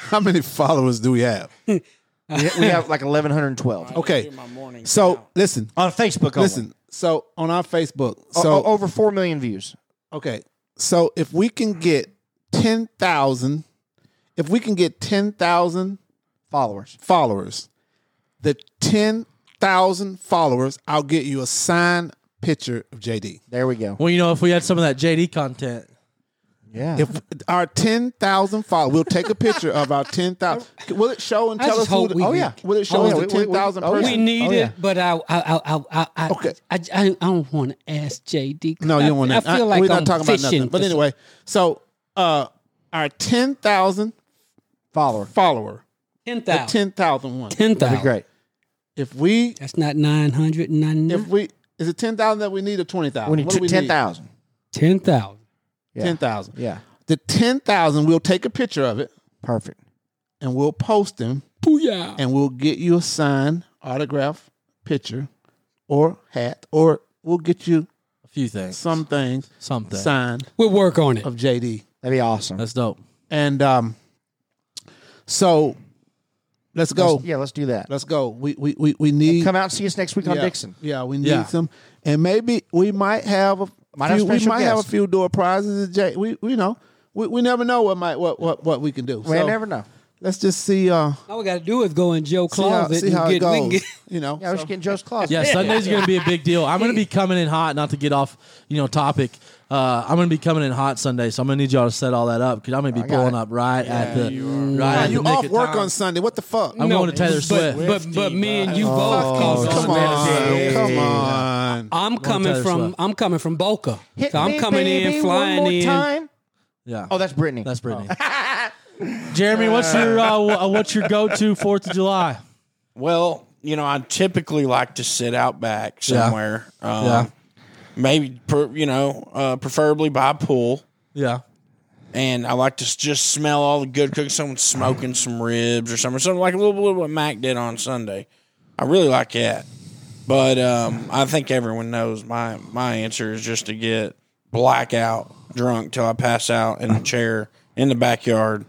Speaker 3: how many followers do we have?
Speaker 5: We we have like 1,112.
Speaker 3: Okay.
Speaker 2: Do my morning
Speaker 3: So listen,
Speaker 5: On Oh, Facebook, only.
Speaker 3: listen. So on our Facebook,
Speaker 5: O-
Speaker 3: so
Speaker 5: o- over 4 million views.
Speaker 3: okay, so if we can get ten thousand, if we can get ten thousand
Speaker 5: Followers.
Speaker 3: followers, the ten thousand followers, I'll get you a signed picture of JD.
Speaker 5: There we go.
Speaker 1: Well, you know, if we had some of that JD content,
Speaker 5: Yeah.
Speaker 3: If our ten thousand followers, we'll take a picture of our ten thousand. Will it show and
Speaker 4: I
Speaker 3: tell
Speaker 4: just
Speaker 3: us who?
Speaker 4: hope
Speaker 3: The,
Speaker 4: we
Speaker 3: oh
Speaker 4: get-
Speaker 3: yeah, will it show
Speaker 5: Oh,
Speaker 3: us
Speaker 5: yeah,
Speaker 3: the
Speaker 5: we- we-
Speaker 3: ten thousand?
Speaker 5: oh, yeah.
Speaker 4: we need
Speaker 5: yeah.
Speaker 4: it, but I, I, I, I, I, I,
Speaker 3: Okay.
Speaker 4: I, I, I don't want to ask JD. 'cause
Speaker 3: No, you
Speaker 4: I-
Speaker 3: don't want that.
Speaker 4: I feel
Speaker 3: I-
Speaker 4: like
Speaker 3: we're
Speaker 4: I'm
Speaker 3: not talking about
Speaker 4: fishing
Speaker 3: nothing. But
Speaker 4: for
Speaker 3: anyway, so uh, our ten thousand
Speaker 5: Follower.
Speaker 3: follower,
Speaker 4: ten
Speaker 3: the
Speaker 4: thousand.
Speaker 3: ten thousand one.
Speaker 4: Ten
Speaker 5: That'd
Speaker 4: thousand.
Speaker 5: be great.
Speaker 3: If we,
Speaker 4: That's not nine hundred and
Speaker 3: if
Speaker 4: ninety-nine.
Speaker 3: we, is it ten thousand that we need or twenty thousand?
Speaker 5: We need t- 10,000.
Speaker 4: Ten thousand.
Speaker 5: Yeah.
Speaker 3: Ten thousand.
Speaker 5: Yeah.
Speaker 3: The ten thousand, we'll take a picture of it
Speaker 5: Perfect.
Speaker 3: and we'll post them,
Speaker 4: Booyah!
Speaker 3: and we'll get you a signed autograph picture, or hat, or we'll get you
Speaker 1: a few things,
Speaker 3: some things
Speaker 1: something.
Speaker 3: signed
Speaker 4: We'll work on it.
Speaker 3: of JD.
Speaker 5: That'd be awesome.
Speaker 1: That's dope.
Speaker 3: And um, so let's go.
Speaker 5: Let's- yeah, let's do that.
Speaker 3: Let's go. We we we, we need
Speaker 5: Come out and see us next week on
Speaker 3: yeah,
Speaker 5: Dixon.
Speaker 3: Yeah, we need
Speaker 1: Yeah.
Speaker 3: some, and maybe we might have a
Speaker 5: Might have
Speaker 3: few, we
Speaker 5: special
Speaker 3: might have a
Speaker 5: guests.
Speaker 3: few door prizes. Jay, we we know we, we never know what might what what what we can do.
Speaker 5: We
Speaker 3: So,
Speaker 5: never know.
Speaker 3: Let's just see uh
Speaker 4: All we got to do is go in Joe
Speaker 3: see how,
Speaker 4: closet
Speaker 3: see
Speaker 4: and
Speaker 3: how it
Speaker 4: get, we
Speaker 3: goes.
Speaker 4: can get
Speaker 3: you know.
Speaker 5: Yeah, I was
Speaker 3: so-
Speaker 5: getting Joe's closet.
Speaker 1: Yeah, Sunday's going to be a big deal. I'm going to be coming in hot, not to get off, you know, topic. Uh, I'm going to be coming in hot Sunday, so I'm going to need y'all to set all that up because I'm going to be pulling up right at the right
Speaker 3: Nah,
Speaker 1: at
Speaker 3: you
Speaker 1: the nick
Speaker 3: off
Speaker 1: of
Speaker 3: work
Speaker 1: time.
Speaker 3: on Sunday? What the fuck?
Speaker 1: I'm going to Taylor
Speaker 4: but,
Speaker 1: Swift.
Speaker 4: But but me and you both.
Speaker 3: Oh, Come
Speaker 4: Come
Speaker 3: on,
Speaker 5: Sunday.
Speaker 3: come on.
Speaker 4: I'm coming
Speaker 1: Taylor
Speaker 4: from
Speaker 1: Swift.
Speaker 4: I'm coming from Boca.
Speaker 5: Hit
Speaker 4: so
Speaker 5: me,
Speaker 4: I'm coming
Speaker 5: baby,
Speaker 4: in flying
Speaker 5: one more
Speaker 4: in.
Speaker 5: Time.
Speaker 1: yeah,
Speaker 5: Oh, that's Brittany.
Speaker 1: that's Brittany. Jeremy, what's your uh, wh- uh, what's your go to Fourth of July?
Speaker 2: Well, you know, I typically like to sit out back
Speaker 1: Yeah.
Speaker 2: somewhere. Um,
Speaker 1: Yeah.
Speaker 2: Maybe, per, you know, uh, preferably by a pool.
Speaker 1: Yeah,
Speaker 2: and I like to s- just smell all the good cooking. Someone smoking some ribs or something, something like a little bit what Mac did on Sunday. I really like that, but um, I think everyone knows my my answer is just to get blackout drunk till I pass out in a chair in the backyard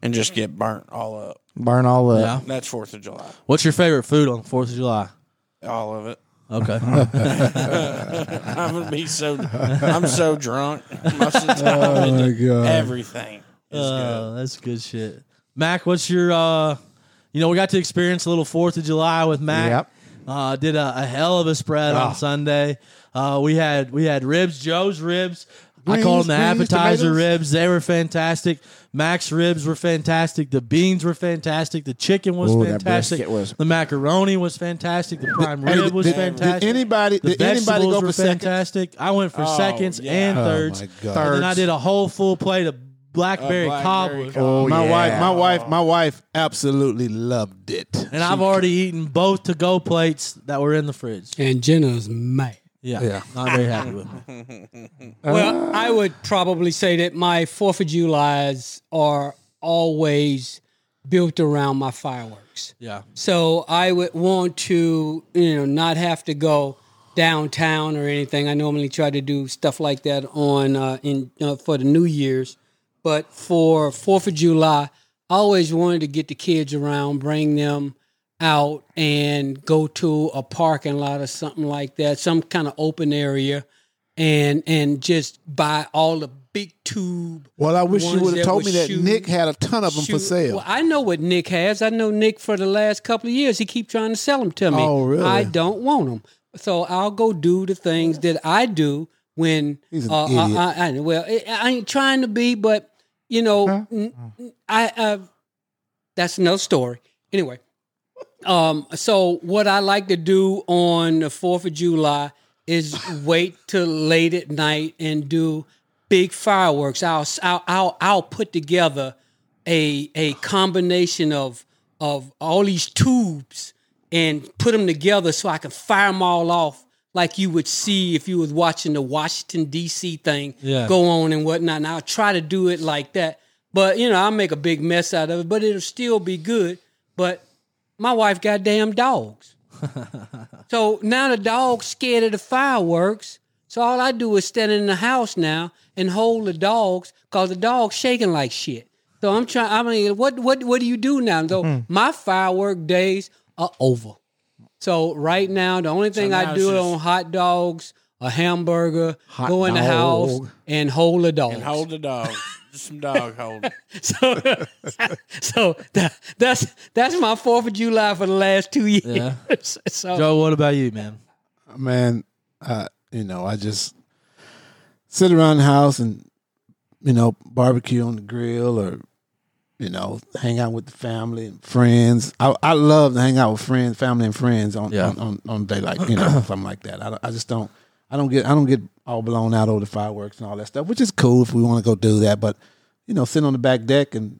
Speaker 2: and just get burnt all up.
Speaker 5: Burn all the.
Speaker 1: Yeah.
Speaker 2: That's Fourth of July,
Speaker 1: What's your favorite food on Fourth of July?
Speaker 2: all of it.
Speaker 1: Okay.
Speaker 2: I'm gonna be so I'm so drunk most of the time.
Speaker 3: my God.
Speaker 2: Everything is good.
Speaker 1: Uh, that's good shit. Mac, what's your? uh You know, we got to experience a little Fourth of July with Mac.
Speaker 5: Yep.
Speaker 1: Uh, did a, a hell of a spread
Speaker 3: Ah.
Speaker 1: on Sunday. Uh, we had we had ribs, Joe's ribs. I call them the
Speaker 3: Greens, greens,
Speaker 1: appetizer
Speaker 3: tomatoes.
Speaker 1: ribs. They were fantastic. Mac's ribs were fantastic. The beans were fantastic. The chicken was
Speaker 5: Ooh, that
Speaker 1: fantastic.
Speaker 5: brisket was-
Speaker 1: the macaroni was fantastic. The prime
Speaker 3: Hey,
Speaker 1: rib
Speaker 3: did-
Speaker 1: was
Speaker 3: did-
Speaker 1: fantastic.
Speaker 3: Did anybody?
Speaker 1: the
Speaker 3: Did anybody
Speaker 1: vegetables
Speaker 3: go
Speaker 1: were
Speaker 3: for second?
Speaker 1: fantastic. I went for seconds
Speaker 2: yeah.
Speaker 1: and
Speaker 3: Oh,
Speaker 1: thirds.
Speaker 3: my God.
Speaker 1: And then I
Speaker 5: Thirds.
Speaker 1: did a whole full plate of blackberry,
Speaker 2: blackberry
Speaker 1: cobbler.
Speaker 2: cobbler.
Speaker 5: Oh,
Speaker 3: my
Speaker 5: yeah.
Speaker 3: wife, my wife, my wife absolutely loved it.
Speaker 1: And I've already eaten both to go plates that were in the fridge.
Speaker 4: And Jenna's mad.
Speaker 1: Yeah.
Speaker 3: Yeah.
Speaker 1: Not very happy with me.
Speaker 4: Well, I would probably say that my Fourth of July's are always built around my fireworks.
Speaker 1: Yeah.
Speaker 4: So I would want to, you know, not have to go downtown or anything. I normally try to do stuff like that on uh, in uh, for the New Year's, but for Fourth of July, I always wanted to get the kids around, bring them out, and go to a parking lot or something like that, some kind of open area, and and just buy all the big tube.
Speaker 3: Well, I wish you
Speaker 4: ones
Speaker 3: would have
Speaker 4: that
Speaker 3: told
Speaker 4: would
Speaker 3: me that
Speaker 4: shoot-
Speaker 3: Nick had a ton of them for
Speaker 4: shoot-
Speaker 3: sale.
Speaker 4: Well, I know what Nick has. I know Nick for the last couple of years. He keep trying to sell them to me.
Speaker 3: Oh, really?
Speaker 4: I don't want them. So I'll go do the things that I do when
Speaker 3: He's an
Speaker 4: uh,
Speaker 3: idiot.
Speaker 4: I, I, I, well, I I ain't trying to be, but you know, n- n- I uh, that's another story. Anyway, um, so what I like to do on the Fourth of July is wait till late at night and do big fireworks. I'll I'll I'll, I'll put together a a combination of of all these tubes and put them together so I can fire them all off like you would see if you was watching the Washington D.C. thing
Speaker 1: Yeah.
Speaker 4: go on and whatnot. And I'll try to do it like that, but you know I'll make a big mess out of it, but it'll still be good. But my wife got damn dogs. so now the dog's scared of the fireworks. So all I do is stand in the house now and hold the dogs because the dog's shaking like shit. So I'm trying. I mean, what what what do you do now? So
Speaker 2: Hmm.
Speaker 4: my firework days are over. So right now, the only thing
Speaker 2: now
Speaker 4: I
Speaker 2: it's
Speaker 4: do
Speaker 2: just-
Speaker 4: on hot dogs, a hamburger, go in the
Speaker 5: dog.
Speaker 4: house and hold the dogs.
Speaker 2: And hold the dog. Just some dog holding.
Speaker 4: so so that, that's that's my Fourth of July for the last two years.
Speaker 1: Yeah.
Speaker 4: so
Speaker 1: Joe, what about you, man?
Speaker 3: man, uh, you know, I just sit around the house and you know barbecue on the grill or you know hang out with the family and friends. I, I love to hang out with friends, family, and friends on
Speaker 1: Yeah.
Speaker 3: on, on on a day like you know something like that. I, don't- I just don't I don't get I don't get all blown out over the fireworks and all that stuff, which is cool if we want to go do that. But you know, sit on the back deck and.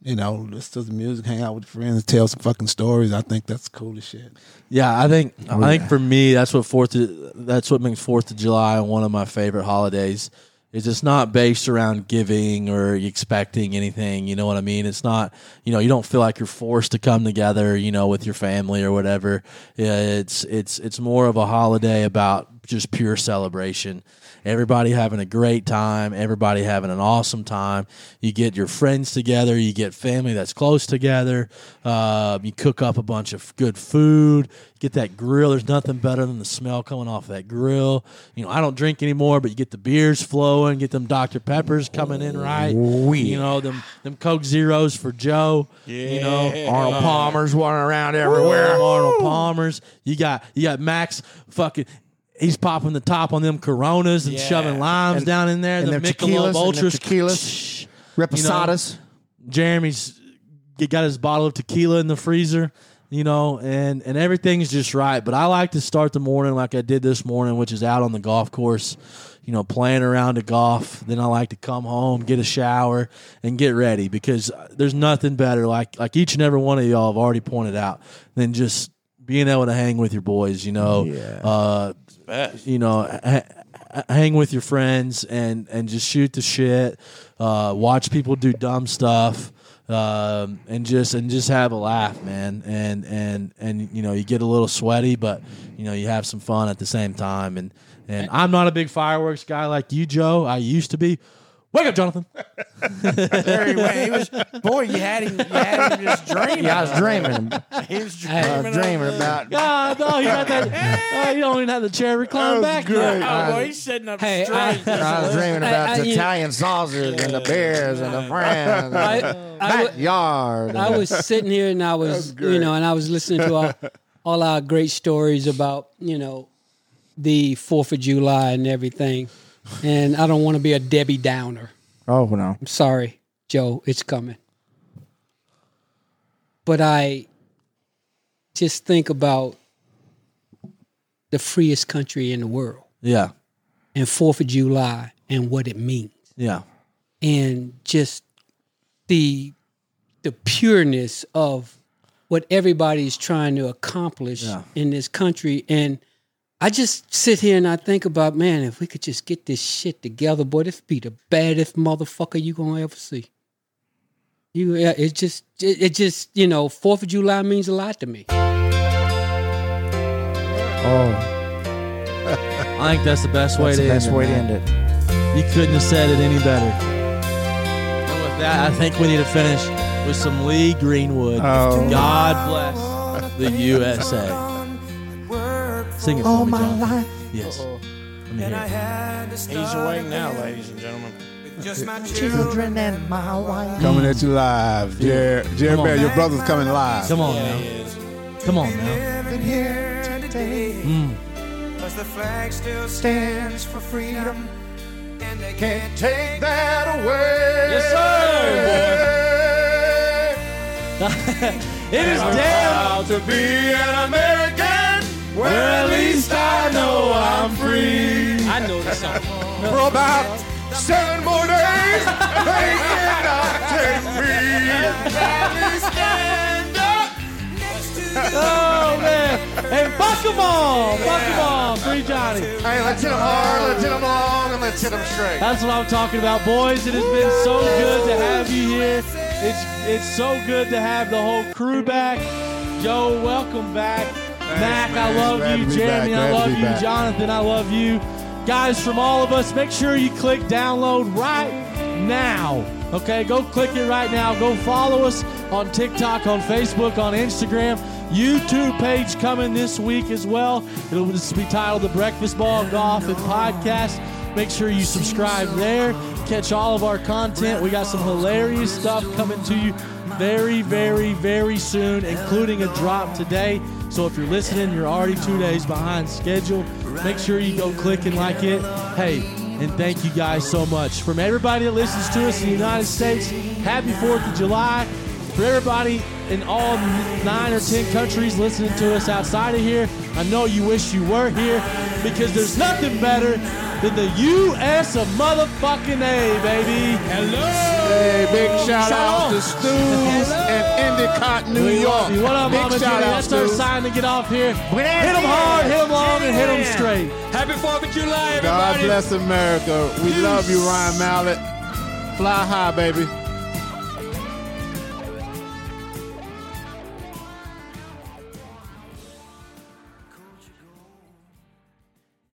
Speaker 3: You know, listen to the music, hang out with friends, tell some fucking stories. I think that's cool as shit.
Speaker 1: Yeah, I think I think for me that's what Fourth of- that's what makes Fourth of July one of my favorite holidays. Is it's not based around giving or expecting anything. You know what I mean? It's not you know you don't feel like you're forced to come together. You know with your family or whatever. Yeah, it's it's it's more of a holiday about just pure celebration. Everybody having a great time. Everybody having an awesome time. You get your friends together. You get family that's close together. Uh, you cook up a bunch of good food. Get that grill. There's nothing better than the smell coming off that grill. You know, I don't drink anymore, but you get the beers flowing. Get them Dr Peppers coming in right. You know them them Coke Zeros for Joe. You know
Speaker 5: Arnold Palmer's running around everywhere.
Speaker 1: Arnold Palmer's. You got you got Max fucking. He's popping the top on them Coronas and shoving limes down in there.
Speaker 5: and
Speaker 1: the
Speaker 5: them
Speaker 1: Michelob
Speaker 5: tequilas and them
Speaker 1: Ultras.
Speaker 5: tequilas. Reposadas.
Speaker 1: Jeremy's he got his bottle of tequila in the freezer, you know, and and everything's just right. But I like to start the morning like I did this morning, which is out on the golf course, you know, playing around to golf. Then I like to come home, get a shower, and get ready because there's nothing better. Like like each and every one of y'all have already pointed out than just being able to hang with your boys, you know, uh, you know, ha- h- hang with your friends and and just shoot the shit, uh, watch people do dumb stuff, um, and just and just have a laugh, man. And and and you know you get a little sweaty, but you know you have some fun at the same time. And and I'm not a big fireworks guy like you, Joe. I used to be. Wake up, Jonathan.
Speaker 2: Barry White, he was boy. You had him. You had him just dreaming.
Speaker 5: Yeah, I was dreaming,
Speaker 2: He was
Speaker 5: uh,
Speaker 2: dreaming. Oh, of
Speaker 5: dreaming
Speaker 2: this.
Speaker 5: about.
Speaker 1: God, no, you got that. Uh, you don't even have the chair recline back.
Speaker 2: Oh,
Speaker 1: Great.
Speaker 4: Uh,
Speaker 2: well, he's sitting up
Speaker 4: Hey,
Speaker 2: straight.
Speaker 5: I was dreaming
Speaker 4: I-
Speaker 5: about
Speaker 4: I-
Speaker 5: the
Speaker 4: you-
Speaker 5: Italian sausage and the beers and the friends, and
Speaker 4: I,
Speaker 5: the
Speaker 4: I, wa-
Speaker 5: backyard.
Speaker 4: I
Speaker 5: and-
Speaker 4: was sitting here and I was, you know, and I was listening to all, all our great stories about, you know, the 4th of July and everything. And I don't want to be a Debbie Downer.
Speaker 5: oh no,
Speaker 4: I'm sorry, Joe, it's coming. But I just think about the freest country in the world
Speaker 1: Yeah,
Speaker 4: and 4th of July and what it means
Speaker 1: yeah,
Speaker 4: and just the the pureness of what everybody's trying to accomplish
Speaker 1: Yeah.
Speaker 4: in this country and I just sit here and I think about, man, if we could just get this shit together, boy, this be the baddest motherfucker you gonna ever see. You, yeah, it just, it, it just, you know, Fourth of July means a lot to me.
Speaker 5: oh,
Speaker 1: I think that's the best way
Speaker 5: that's
Speaker 1: to end
Speaker 5: the best
Speaker 1: it,
Speaker 5: way to
Speaker 1: man.
Speaker 5: end it.
Speaker 1: You couldn't have said it any better. And with that, I think we need to finish with some Lee Greenwood.
Speaker 5: Oh.
Speaker 1: God bless the USA. Sing it for
Speaker 5: All
Speaker 1: me,
Speaker 5: my
Speaker 1: John.
Speaker 5: life.
Speaker 1: Yes. Let me hear it.
Speaker 2: He's awake now, ladies and gentlemen.
Speaker 7: Just my
Speaker 5: children and my wife.
Speaker 3: Coming at you live, Jerry. Jerry
Speaker 1: Come on.
Speaker 3: Bear, your brother's coming live.
Speaker 1: Come on
Speaker 2: Yeah, he
Speaker 1: now.
Speaker 2: is.
Speaker 1: Come on now.
Speaker 7: children here today.
Speaker 1: Mm.
Speaker 7: Cause the flag still stands for freedom. And they can't take that.
Speaker 1: Yes, sir. it is damn.
Speaker 2: to be an American. Well, at least I know I'm free.
Speaker 4: I know the song.
Speaker 2: For about seven more days, they cannot take me. stand up.
Speaker 1: Oh, man. And fuck them all. Fuck them all. Free Johnny.
Speaker 5: Hey, let's hit them hard, let's hit them long, and let's hit them straight.
Speaker 1: That's what I'm talking about, boys. It has been so good to have you here. It's it's so good to have the whole crew back. Joe, welcome back. Mac, I
Speaker 3: man.
Speaker 1: love
Speaker 3: Glad
Speaker 1: you.
Speaker 3: to be
Speaker 1: Jeremy,
Speaker 3: back.
Speaker 1: I
Speaker 3: Glad to
Speaker 1: love
Speaker 3: be
Speaker 1: you.
Speaker 3: back.
Speaker 1: Jonathan, I love you. Guys, from all of us, make sure you click download right now. Okay, go click it right now. Go follow us on TikTok, on Facebook, on Instagram. YouTube page coming this week as well. It'll just be titled The Breakfast Ball Golf and Podcast. Make sure you subscribe there. Catch all of our content. We got some hilarious stuff coming to you very, very, very soon, including a drop today. So if you're listening, you're already two days behind schedule. Make sure you go click and like it. Hey, and thank you guys so much. From everybody that listens to us in the United States, happy 4th of July. For everybody in all nine or ten countries listening to us outside of here, I know you wish you were here because there's nothing better than the U.S. of motherfucking A, baby. Hello.
Speaker 3: Hey, big shout out
Speaker 1: Shalom.
Speaker 3: to Stews and Endicott, New
Speaker 1: We
Speaker 3: York.
Speaker 1: love you. What up,
Speaker 3: big
Speaker 1: Mama Judy?
Speaker 3: shout out
Speaker 1: That's our
Speaker 3: Stews.
Speaker 1: sign to get off here. Hit 'em hard, hit 'em long, and hit 'em straight.
Speaker 7: Happy 4th of July,
Speaker 3: God bless America. We love you, Ryan Mallett. Fly high, baby.